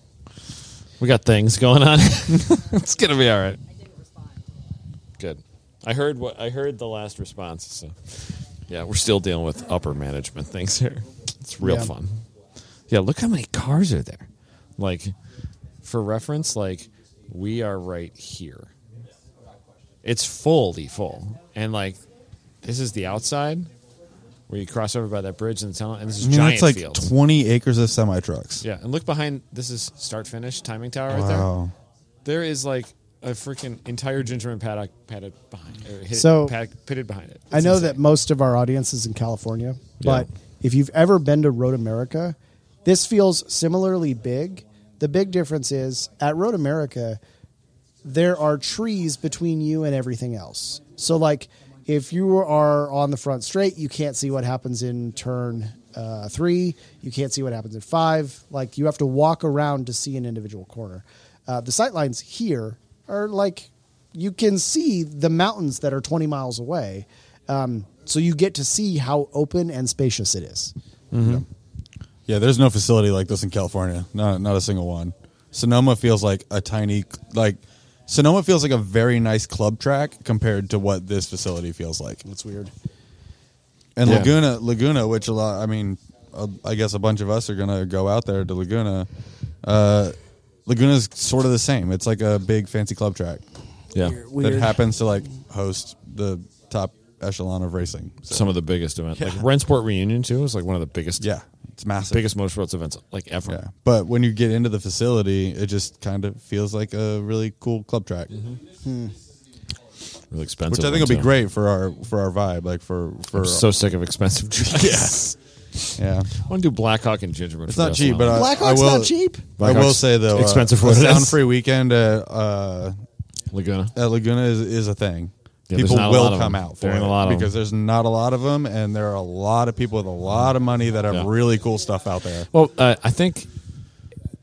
B: We got things going on. it's gonna be all right.
E: I didn't respond.
B: Good. I heard what I heard the last response. So, yeah, we're still dealing with upper management things here. It's real
C: Yeah.
B: fun. Yeah, look how many cars are there. Like, for reference, like we are right here. It's fully full, and like this is the outside where you cross over by that bridge and tell, and this is
D: I mean,
B: giant
D: that's like
B: fields.
D: 20 acres of semi trucks.
B: yeah, and look behind. This is start finish timing tower right there
D: Wow.
B: there is like a freaking entire gingerman paddock padded behind or hit,
C: So-
B: paddock, pitted behind it.
C: I know that most of our audience is in California, but
B: Yeah.
C: if you've ever been to Road America, this feels similarly big. The big difference is at Road America, there are trees between you and everything else. So, like, if you are on the front straight, you can't see what happens in turn uh, three. You can't see what happens in five. Like, you have to walk around to see an individual corner. Uh, the sight lines here are like you can see the mountains that are 20 miles away. Um, so you get to see how open and spacious it is.
D: Yeah, there's no facility like this in California. Not not a single one. Sonoma feels like a tiny like Sonoma feels like a very nice club track compared to what this facility feels like.
C: It's weird.
D: And
B: Yeah.
D: Laguna, Laguna, which a lot, I mean, a- I guess a bunch of us are gonna go out there to Laguna. Uh, Laguna's sort of the same. It's like a big fancy club track
B: yeah,
C: Weird.
D: that happens to like host the top echelon of racing. So,
B: some of the biggest events. Like Rensport reunion too is like one of the biggest.
D: yeah, it's massive.
B: biggest motorsports events like ever.
D: Yeah, but when you get into the facility, it just kind of feels like a really cool club track,
B: Really expensive.
D: which I
B: one,
D: think will be
B: too.
D: great for our for our vibe, like for for
B: I'm so sick of expensive trucks. Yes.
D: yeah.
B: I want to do Blackhawk and gingerbread.
D: It's
B: for the
D: not
B: rest
D: cheap,
B: of my
D: but I,
B: life.
D: I
C: Blackhawk's
D: will,
C: not cheap.
D: I will
B: Blackhawk's
D: say though, uh,
B: expensive for
D: a
B: what it is.
D: sound free weekend at, uh,
B: Laguna.
D: at Laguna is, is a thing.
B: Yeah, there's
D: people
B: not a lot
D: will
B: of
D: come
B: them.
D: out for
B: There ain't
D: it
B: a lot of them.
D: because there's not a lot of them, and there are a lot of people with a lot of money that have
B: Yeah.
D: really cool stuff out there.
B: Well, uh, I think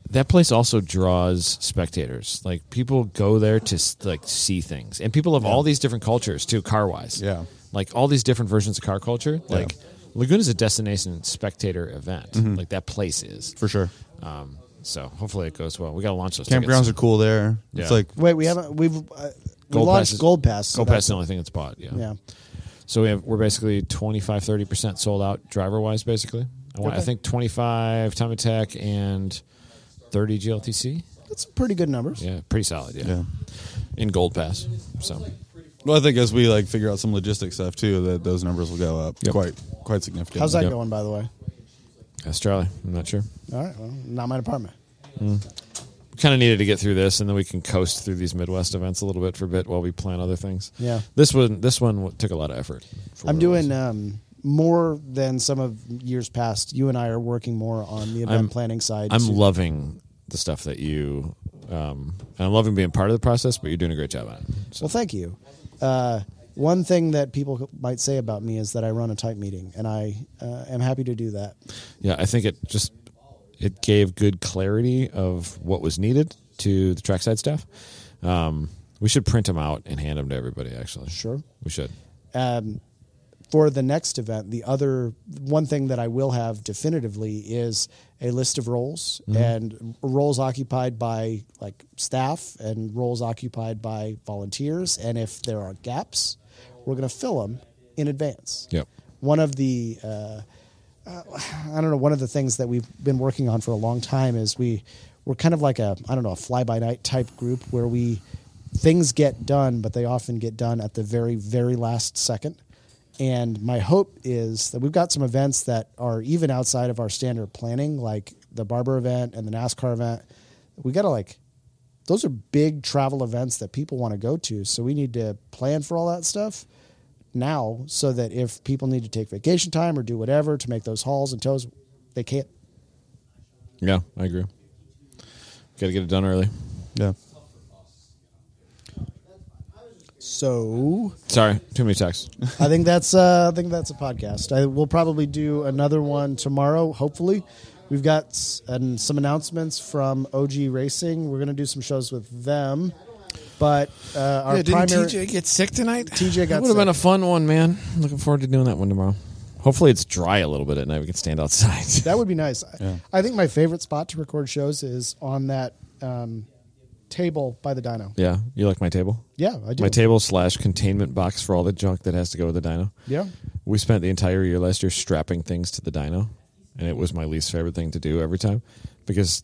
B: that place also draws spectators. Like people go there to s- like see things, and people of all these different cultures too, car wise.
D: Yeah.
B: like all these different versions of car culture. Like Laguna is a destination spectator event. Like that place is
D: Mm-hmm. For sure,
B: Um, so hopefully it goes well. We got to launch those
D: campgrounds
B: tickets.
D: are cool there. It's
B: Yeah.
D: like
C: Wait, we haven't. We've uh, we
B: Gold
C: launched
B: Pass is-
C: Gold Pass. so
B: Go past
C: that's-
B: the only thing that's bought. Yeah.
C: Yeah.
B: So we have we're basically 25 30 percent sold out driver wise basically. I, want, I
C: Okay.
B: think 25 Time Attack and 30 GLTC.
C: That's pretty good numbers.
B: Yeah, pretty solid. Yeah.
D: Yeah.
B: In Gold Pass. So
D: Well, I think as we like figure out some logistic stuff too, that those numbers will go up
B: Yep.
D: quite quite significantly.
C: How's that
B: Yeah.
C: going, by the way?
B: that's Charlie. I'm not sure.
C: All right. Well, not my department.
B: We kind of needed to get through this, and then we can coast through these Midwest events a little bit for a bit while we plan other things.
C: Yeah.
B: This one, this one w- took a lot of effort. for
C: I'm
B: what it was.
C: doing um, more than some of years past. You and I are working more on the event
B: I'm-
C: planning side.
B: I'm
C: to-
B: loving the stuff that you, um, and I'm loving being part of the process. But you're doing a great job on it. So
C: Well, thank you. Uh, one thing that people might say about me is that I run a tight meeting, and I uh, am happy to do that.
B: yeah, I think it just It gave good clarity of what was needed to the trackside staff. Um, we should print them out and hand them to everybody. Actually,
C: Sure.
B: we should.
C: for the next event, the other one thing that I will have definitively is a list of roles and roles occupied by like staff and roles occupied by volunteers. And if there are gaps, we're going to fill them in advance.
B: Yep.
C: One of the uh, I don't know, one of the things that we've been working on for a long time is we we're kind of like a I don't know, a fly by night type group where we things get done, but they often get done at the very very last second. And my hope is that we've got some events that are even outside of our standard planning, like the barber event and the NASCAR event. We got to like those are big travel events that people want to go to. So we need to plan for all that stuff now so that if people need to take vacation time or do whatever to make those hauls and tows, they can't.
B: Yeah, I agree. Got to get it done early.
D: Yeah.
C: So
B: Sorry, too many texts.
C: I think that's uh, I think that's a podcast. I will probably do another one tomorrow. Hopefully, we've got s- and some announcements from OG Racing. We're gonna do some shows with them, but uh, our primary
B: get sick tonight?
C: TJ got
B: would have been a
C: sick.
B: fun one, man. Looking forward to doing that one tomorrow. Hopefully, it's dry a little bit at night. We can stand outside.
C: That would be nice. I- I think my favorite spot to record shows is on that um, table by the dyno.
B: yeah, you like my table?
C: Yeah, I do.
B: My table slash containment box for all the junk that has to go with the dyno.
C: Yeah.
B: We spent the entire year last year strapping things to the dyno, and it was my least favorite thing to do every time because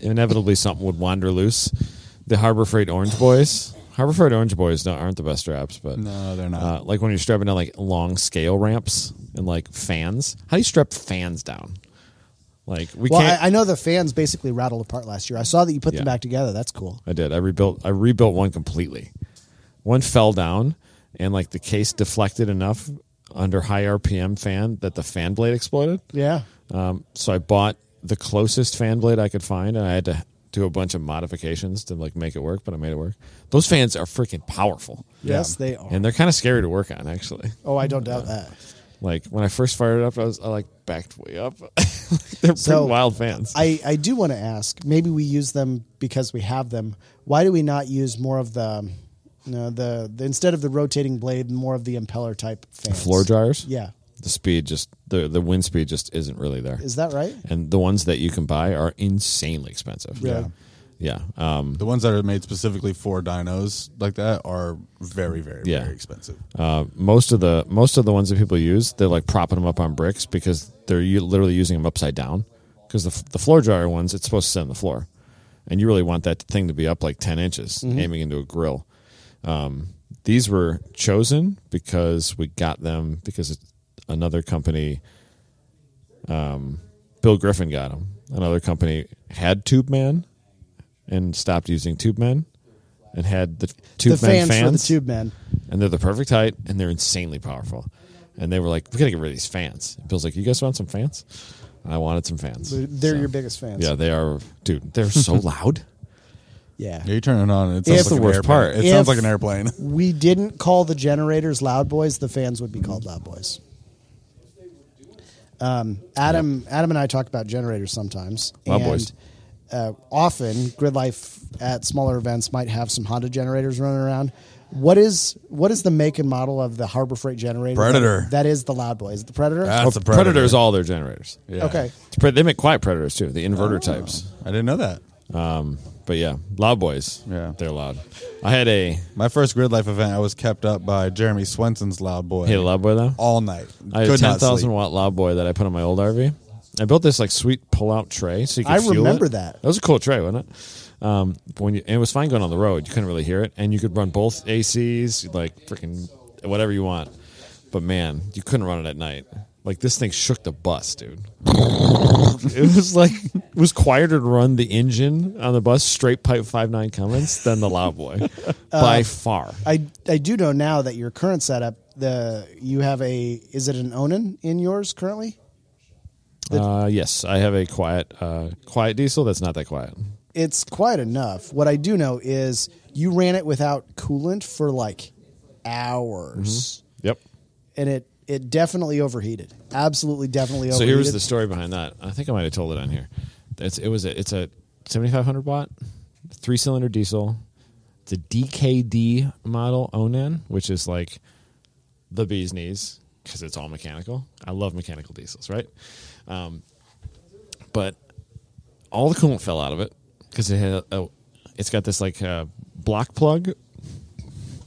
B: inevitably something would wander loose. The Harbor Freight Orange Boys, Harbor Freight Orange Boys don't- aren't the best straps, but
D: No, they're not.
B: uh, like when you're strapping down like long scale ramps and like fans. How do you strap fans down? Like we
C: Well,
B: can't.
C: I, I know the fans basically rattled apart last year. I saw that you put
B: Yeah.
C: them back together. That's cool.
B: I did. I rebuilt. I rebuilt one completely. One fell down, and like the case deflected enough under high RPM fan that the fan blade exploded.
C: Yeah.
B: Um, so I bought the closest fan blade I could find, and I had to do a bunch of modifications to like make it work. But I made it work. Those fans are freaking powerful,
C: Yes, they are.
B: and they're kind of scary to work on actually.
C: oh, I don't doubt that.
B: Like when I first fired it up, I was I like backed way up. they're
C: So,
B: pretty wild fans.
C: I, I do want to ask. Maybe we use them because we have them. Why do we not use more of the, um, you know, the, the instead of the rotating blade, more of the impeller type fans?
B: Floor dryers.
C: Yeah,
B: The speed just the the wind speed just isn't really there.
C: is that right?
B: and the ones that you can buy are insanely expensive.
C: Really?
B: Yeah. Um,
D: The ones that are made specifically for dinos like that are very, very,
B: Yeah.
D: very expensive.
B: uh, most of the most of the ones that people use, they're like propping them up on bricks because they're u- literally using them upside down. Because the, f- the floor dryer ones, it's supposed to sit on the floor, and you really want that thing to be up like ten inches,
C: Mm-hmm.
B: aiming into a grill. Um, these were chosen because we got them because it's another company um, Bill Griffin got him. Another company had Tube Man and stopped using Tube Man and had the Tube
C: the
B: Man
C: fans, for the tube men.
B: and they're the perfect height and they're insanely powerful. And they were like, we got to get rid of these fans. And Bill's like, you guys want some fans? And I wanted some fans.
C: They're- They're
B: So-
C: your biggest fans.
B: Yeah, they are. Dude, they're so loud.
C: yeah.
D: Yeah, you turn it on, and it
C: If-
D: sounds
C: the
D: like an
B: worst
D: airplane.
B: part.
D: It
C: If-
D: sounds like an airplane.
C: We didn't call the generators loud boys. The fans would be called loud boys. Um, Adam, Adam, and I talk about generators sometimes.
B: Loud
C: and,
B: boys.
C: Uh, often, grid life at smaller events might have some Honda generators running around. What is what is the make and model of the Harbor Freight generator? that-
D: Predator.
C: that is the loud boy. Is it the Predator?
D: That's a predator.
B: Predators, all their generators.
D: Yeah.
C: Okay.
B: It's pre- They make quiet predators too, the
C: Oh.
B: inverter types.
D: I didn't know that.
B: But yeah, loud boys.
D: Yeah.
B: They're loud. I had a,
D: My first grid life event, I was kept up by Jeremy Swenson's loud boy
B: hey, loud boy though?
D: all night.
B: I had a
D: Could not
B: ten thousand
D: sleep.
B: watt loud boy that I put on my old RV. I built this like sweet pull out tray, so you could
C: I
B: fuel
C: remember
B: it.
C: that.
B: That was a cool tray, wasn't it? Um, but when you, and it was fine going on the road. You couldn't really hear it, and you could run both ACs, like freaking whatever you want. But man, you couldn't run it at night. Like this thing shook the bus, dude. it was like it was quieter to run the engine on the bus straight pipe five nine Cummins than the loud boy by far.
C: I I do know now that your current setup, the you have a is it an Onan in yours currently?
B: Uh, yes, I have a quiet uh, quiet diesel that's not that quiet.
C: it's quite enough. What I do know is you ran it without coolant for like hours,
B: Yep. Mm-hmm.
C: and it it definitely overheated. Absolutely, definitely
B: So
C: overheated.
B: here's the story behind that. I think I might have told it on here. It's it was a, it's a 7500 watt three cylinder diesel. It's a DKD model Onan, which is like the bee's knees because it's all mechanical. I love mechanical diesels, right? Um, but all the coolant fell out of it because it had a, it's got this like uh, block plug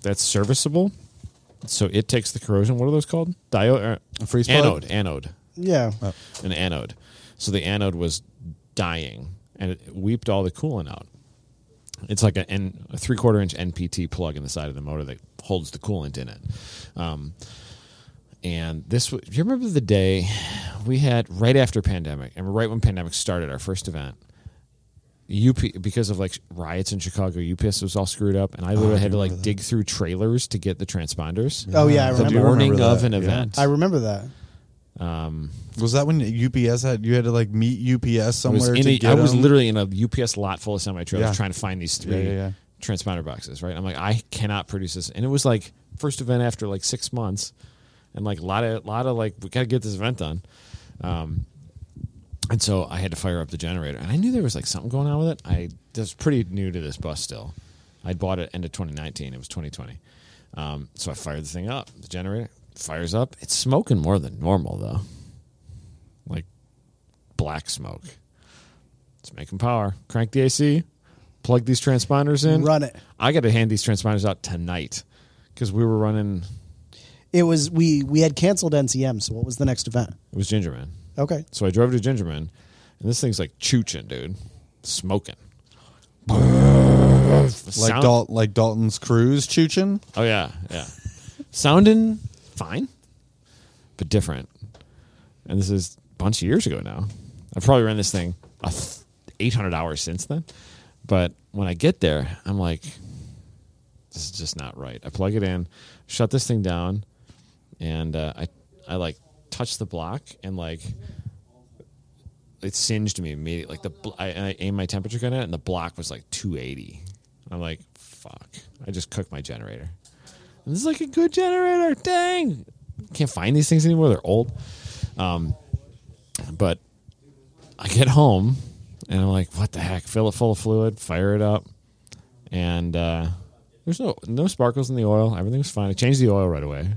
B: that's serviceable, so it takes the corrosion. What are those called? Diode,
D: A freeze plug?
B: anode, anode,
C: Yeah.
B: an anode. So the anode was dying, and it weeped all the coolant out. It's like a, N, a three quarter inch NPT plug in the side of the motor that holds the coolant in it. Um, and this, wa- do you remember the day we had right after pandemic, and right when pandemic started, our first event. UP because of like riots in Chicago, UPS was all screwed up, and I literally had to like dig through trailers to get the transponders.
C: Oh yeah, I
B: the
C: remember.
B: morning
D: remember
B: of
D: that,
B: an
D: yeah.
B: event.
C: I remember that.
D: Was that when UPS had you had to like meet UPS
B: I was,
D: somewhere?
B: in
D: to
B: a,
D: get
B: I was
D: them?
B: literally in a UPS lot full of semi trailers
D: Yeah.
B: trying to find these three
D: Yeah, yeah, yeah.
B: transponder boxes, right? I'm like, I cannot produce this. And it was like first event after like six months and like a lot of, lot of like, we got to get this event done. Um, and so I had to fire up the generator and I knew there was like something going on with it. I was pretty new to this bus still. I bought it end of 2019. It was 2020. Um, so I fired the thing up. The generator fires up. It's smoking more than normal though. Like black smoke. It's making power. Crank the AC. Plug these transponders in.
C: Run it.
B: I got to hand these transponders out tonight because we were running.
C: It was we we had canceled NCM. So what was the next event?
B: It was Gingerman.
C: Okay.
B: So I drove to Gingerman, and this thing's like chooching, dude, smoking.
D: like
B: Sound-
D: Dal- like Dalton's cruise chuchin.
B: Oh yeah, yeah. Sounding fine, but different. And this is a bunch of years ago now. I've probably run this thing a th- 800 hours since then. But when I get there, I'm like, this is just not right. I plug it in, shut this thing down, and uh, I, I like touch the block and like it singed me immediately. Like the bl- I, I aimed my temperature gun at it, and the block was like 280. I'm like, fuck. I just cooked my generator. And this is like a good generator. Dang. Can't find these things anymore. They're old. Um, but I get home and I'm like, what the heck? Fill it full of fluid, fire it up, and uh, there's no no sparkles in the oil. Everything's fine. I changed the oil right away.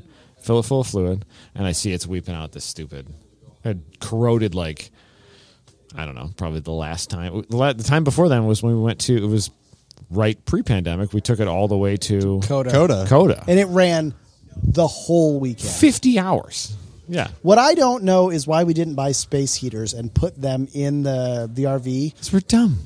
B: Fill it full of fluid, and I see it's weeping out this stupid, had corroded like I don't know, probably the last time. The la- the time before then was when we went to it was right pre-pandemic. We took it all the way to
C: Coda.
D: Coda.
B: Coda.
C: And it ran the whole weekend.
B: 50 hours. Yeah.
C: What I don't know is why we didn't buy space heaters and put them in the the RV.
B: Because we're dumb.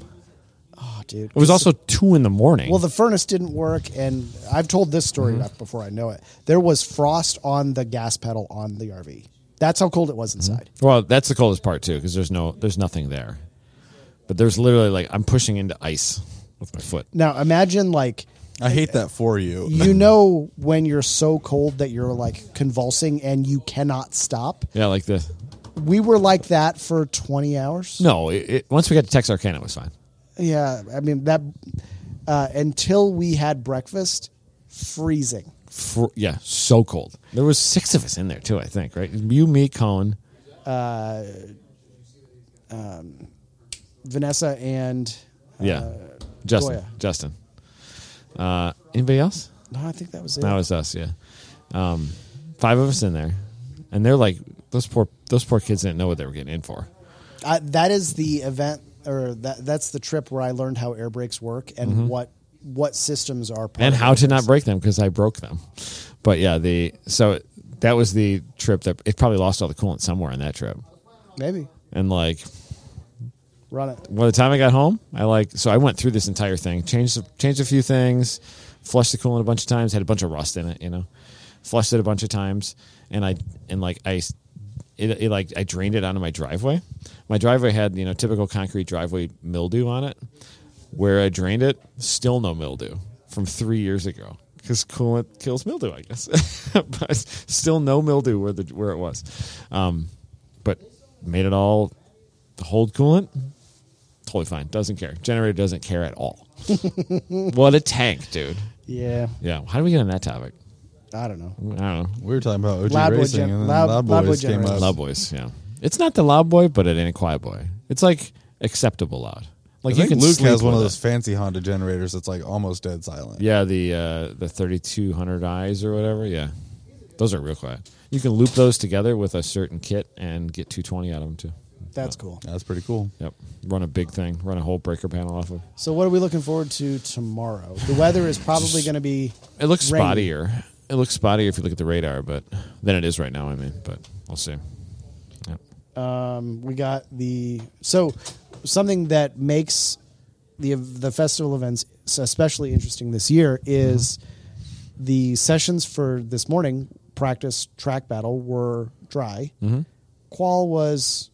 C: Oh, dude.
B: It was also two in the morning.
C: Well, the furnace didn't work, and I've told this story enough before I know it. There was frost on the gas pedal on the RV. That's how cold it was inside.
B: well, that's the coldest part too, because there's no, there's nothing there. But there's literally like I'm pushing into ice with my foot.
C: Now imagine like
D: I hate that for you.
C: you know when you're so cold that you're like convulsing and you cannot stop.
B: Yeah, like the
C: We were like that for 20 hours.
B: no. It, it, once we got to Texarkana, it was fine.
C: Yeah, I mean that uh, until we had breakfast, freezing.
B: Fr yeah, so cold. There was six of us in there too. I think right. You, me, Colin.
C: Vanessa and
B: Yeah, Justin.
C: Uh, Goya.
B: Justin. Uh, anybody else?
C: no, I think that was it.
B: That was us, yeah. Um, five of us in there, and they're like those poor those poor kids didn't know what they were getting in for.
C: I, that is the event, or that that's the trip where I learned how air brakes work and what what systems are part
B: Mm-hmm. and
C: of
B: how
C: it.
B: to not break them because I broke them. But yeah, the so that was the trip that it probably lost all the coolant somewhere on that trip.
C: Maybe
B: And like
C: run it.
B: by the time I got home, I like so I went through this entire thing, changed changed a few things, flushed the coolant a bunch of times, had a bunch of rust in it, you know, flushed it a bunch of times, and I and like I. It, it like I drained it onto my driveway. My driveway had you know typical concrete driveway mildew on it. Where I drained it, still no mildew from three years ago because coolant kills mildew, I guess. but still no mildew where the where it was. Um, but made it all hold coolant totally fine. Doesn't care. Generator doesn't care at all. what a tank, dude.
C: Yeah,
B: Yeah. How do we get on that topic?
C: I don't know.
B: I don't know.
D: we were talking about OG
C: Loud Boy
D: racing,
C: Gen-
D: and then
C: Loud-
D: Loud
C: Loud Boy
D: Boys came
C: Generation.
D: up.
B: Loud boys. Yeah. It's not the loud boy, but it ain't a quiet boy. It's like acceptable loud. Like
D: I
B: you
D: think
B: can
D: Luke
B: sleep
D: has one of
B: with
D: those
B: it.
D: fancy Honda generators that's like almost dead silent.
B: Yeah, the uh, the thirty two hundred eyes or whatever. Yeah, those are real quiet. You can loop those together with a certain kit and get two twenty out of them too.
C: That's cool.
D: That's pretty cool.
B: Yep, run a big thing, run a whole breaker panel off of.
C: So what are we looking forward to tomorrow? The weather is probably going to be.
B: It looks
C: rainy.
B: spottier. It looks spottier if you look at the radar, but than it is right now. I mean, but we'll see. Yep.
C: Um, we got the so something that makes the the festival events especially interesting this year is
B: Mm-hmm.
C: the sessions for this morning practice track battle were dry.
B: Mm-hmm.
C: Qual was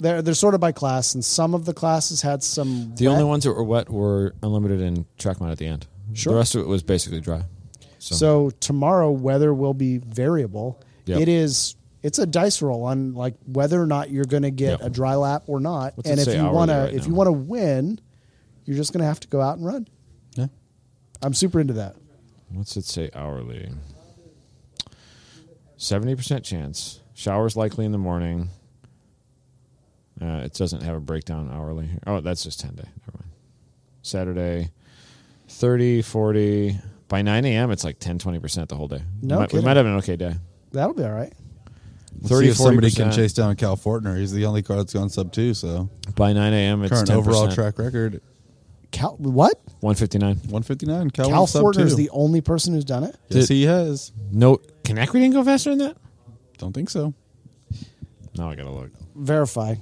C: they're they're sorted by class, and some of the classes had some.
B: The
C: wet.
B: only ones that were wet were unlimited and track mount at the end.
C: Sure.
B: The rest of it was basically dry. So,
C: So tomorrow weather will be variable.
B: Yep.
C: It is it's a dice roll on like whether or not you're going to get
B: Yep.
C: a dry lap or not.
B: What's
C: and
B: it
C: if
B: say
C: you
B: hourly
C: want
B: right
C: to if
B: now?
C: you want to win, you're just going to have to go out and run.
D: Yeah.
C: I'm super into that.
B: what's it say hourly? 70% chance. Showers likely in the morning. Uh, it doesn't have a breakdown hourly. here. Oh, that's just 10 day. Never mind. Saturday, 30, 40. By 9 a.m., it's like 10, 20% the whole day.
C: No
B: we might, we
C: kidding.
B: might have an okay day.
C: That'll be all right.
D: Let's
B: 30,
D: see if somebody can
B: 40%.
D: chase down Cal Fortner. He's the only car that's gone sub two. So
B: By 9 a.m., it's
D: current
B: 10%.
D: overall track record
C: Cal, what?
B: 159.
D: 159. Cal,
C: Cal
D: went sub
C: Fortner is
D: two.
C: the only person who's done it.
D: yes, he has.
B: No, can Acri didn't go faster than that?
D: Don't think so.
B: Now I gotta look.
C: Verify. I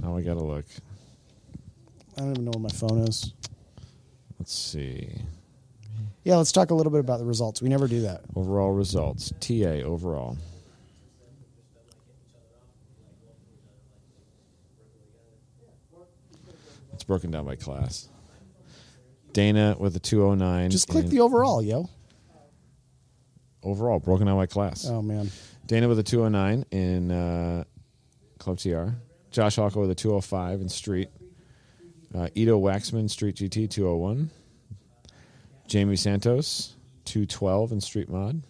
B: Now I gotta look.
C: don't even know where my phone is.
B: Let's see.
C: Yeah, let's talk a little bit about the results. We never do that.
B: Overall results. TA overall. It's broken down by class. Dana with a 209.
C: Just click
B: in
C: the overall, yo.
B: overall, broken down by class.
C: Oh man.
B: Dana with a 209 in uh, Club TR. Josh Hawker with a 205 in Street. Uh, Ito Waxman, Street GT 201. Jamie Santos, 212 in Street Mod.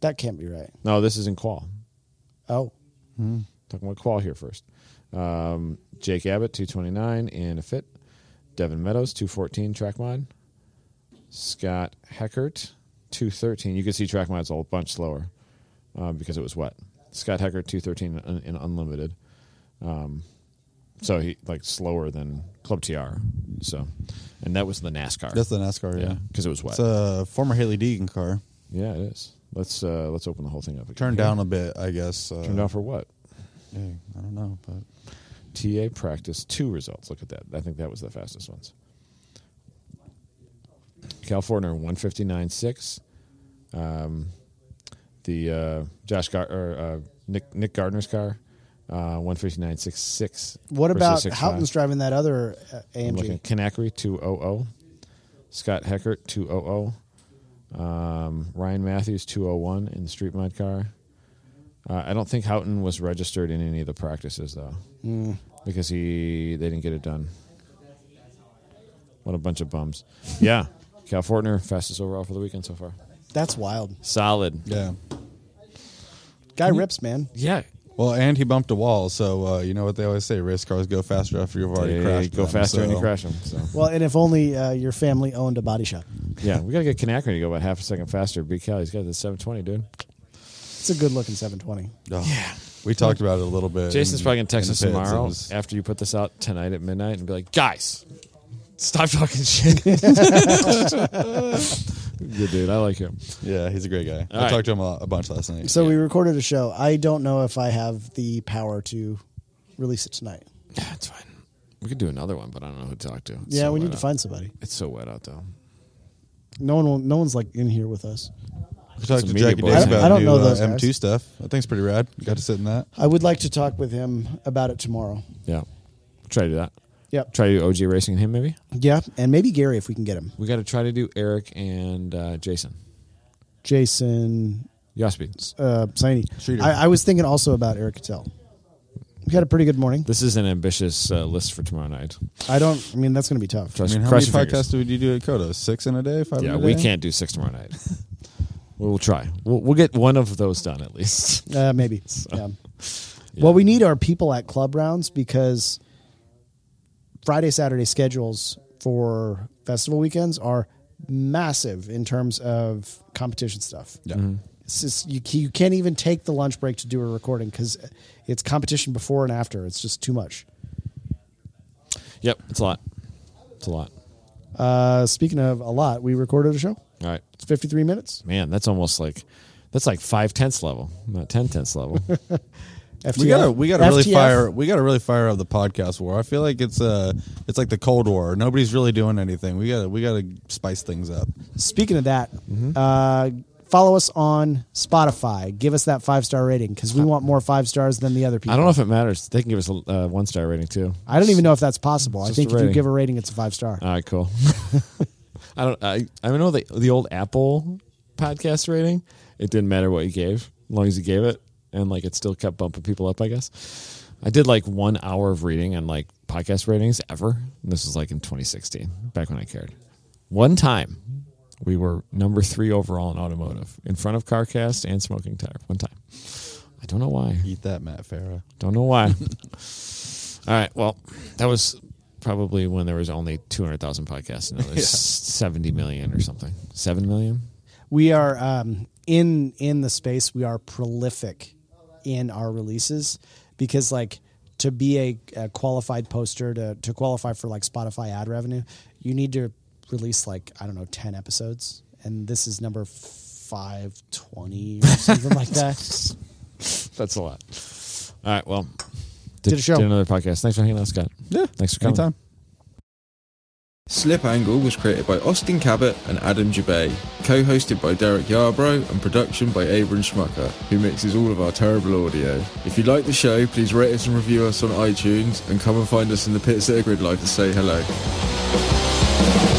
C: That can't be right.
B: No, this is in Qual.
C: Oh.
B: Talking about Qual here first. Um, Jake Abbott, 229 in a fit. Devin Meadows, 214 track mod. Scott Heckert, 213. You can see track mod's a whole bunch slower uh, because it was wet. Scott Heckert, 213 in, in unlimited. Um, so he like slower than Club TR. So, and that was the NASCAR.
D: That's the NASCAR. Yeah.
B: yeah, because it was wet.
D: It's a former Haley Deegan car.
B: yeah, it is. Let's uh, let's open the whole thing up. Again.
D: Turned down a bit, I guess. Uh,
B: Turned down for what?
D: yeah, I don't know, but
B: TA practice two results. Look at that. I think that was the fastest ones. Cal Fortner one fifty nine six. Um, the uh, Josh Gar- or uh, Nick Nick Gardner's car uh, one fifty nine six six.
C: What about Houghton's driving that other uh,
B: I'm looking
C: AMG?
B: Kanakri two oh oh. Scott Heckert two oh oh. Um, Ryan Matthews two oh one in the street mod car. Uh, I don't think Houghton was registered in any of the practices though,
D: Hmm.
B: because he they didn't get it done. What a bunch of bums! Yeah, Cal Fortner fastest overall for the weekend so far.
C: That's wild.
B: Solid.
D: yeah.
C: Guy rips, man.
B: Yeah.
D: Well, and he bumped a wall, so uh, you know what they always say: race cars go faster after you've already
B: They
D: crashed.
B: go
D: them,
B: faster and you
D: so-
B: crash them. So.
C: Well, and if only uh, your family owned a body shop.
B: yeah, we gotta get Kanakri to go about half a second faster. Beat Cal. He's got the seven twenty, dude.
C: It's a good looking 720.
D: Oh. We talked about it a little bit.
B: Jason's
D: in-
B: probably gonna text
D: in
B: us
D: the pits.
B: tomorrow
D: It was-
B: after you put this out tonight at midnight and be like, guys, stop talking shit. Good dude, I like him.
D: yeah, he's a great guy.
B: All
D: I
B: right.
D: talked to him a, lot- a bunch last night.
C: So we recorded a show. I don't know if I have the power to release it tonight.
B: That's fine. We could do another one, but I don't know who to talk to. It's
C: yeah,
B: so uh,
C: we
B: wet
C: need to
B: out.
C: find somebody.
B: It's so wet out though.
C: No one will, no one's like in here with us.
D: I
B: some
D: talked to
B: media
D: Jackie
B: boys.
D: Davis
B: I don't-
D: about
C: I don't
D: new,
C: know
D: uh,
C: those
D: M2
C: guys.
D: stuff. I think it's pretty rad. You got to sit in that.
C: I would like to talk with him about it tomorrow.
B: Yeah, try to do that.
C: Yep.
B: Try to do OG racing and him maybe.
C: Yeah, and maybe Gary if we can get him.
B: We got to try to do Eric and uh, Jason.
C: Jason
B: Yospeed.
C: uh Saini.
D: Streeter.
C: I, I was thinking also about Eric Cattell. We had a pretty good morning.
B: This is an ambitious uh, list for tomorrow night.
C: I don't I mean that's gonna be tough.
D: I
B: Trust
D: mean, how
B: cross
D: many
B: your fingers.
D: podcasts would you do at Coda? Six in a day? Five in
B: Yeah,
D: a day?
B: we can't do six tomorrow night. we'll try. We'll, we'll get one of those done at least.
C: Uh, maybe. Yeah. Well, we need our people at club rounds because Friday, Saturday schedules for festival weekends are massive in terms of competition stuff.
D: Yeah.
C: It's just, you, ca- you can't even take the lunch break to do a recording because it's competition before and after. It's just too much.
B: Yep, it's a lot. It's a lot.
C: Uh, speaking of a lot, we recorded a show.
B: All right,
C: It's 53 minutes.
B: man, that's almost like that's like five tenths level, not ten tenths level.
C: FTF.
D: We gotta we gotta really
C: FTF.
D: fire we gotta really fire up the podcast war. I feel like it's uh it's like the Cold War. Nobody's really doing anything. We gotta we gotta spice things up.
C: Speaking of that,
B: Mm-hmm.
C: uh, follow us on Spotify. Give us that five star rating because we want more five stars than the other people.
B: I don't know if it matters. They can give us a uh, one star rating too.
C: I don't even know if that's possible. I
B: just
C: think if
B: a
C: you
B: rating. Uh.
C: give a rating, it's a five star.
B: All right, cool. I don't. I I know the the old Apple podcast rating. It didn't matter what you gave, as long as you gave it, and like it still kept bumping people up. I guess I did like one hour of reading on like podcast ratings ever. And this was like in 2016, back when I cared. One time, we were number three overall in automotive, in front of CarCast and Smoking Tire. One time, I don't know why.
D: Eat that, Matt Farah.
B: Don't know why. All right. Well, that was probably when there was only 200,000 podcasts. Now there's 70 million or something. 7 million?
C: We are um, in in the space. We are prolific in our releases because like to be a, a qualified poster to to qualify for like Spotify ad revenue, you need to release like I don't know ten episodes, and this is number five twenty or something like that.
B: That's a lot. All right. Well,
C: Did a show.
B: another podcast. Thanks for hanging out, Scott.
D: Yeah.
B: Thanks for coming.
D: Anytime.
F: Slip Angle was created by Austin Cabot and Adam Jabay, co-hosted by Derek Yarbrough and production by Abram Schmucker, who mixes all of our terrible audio. If you like the show, please rate us and review us on iTunes and come and find us in the pits at a grid life to say hello.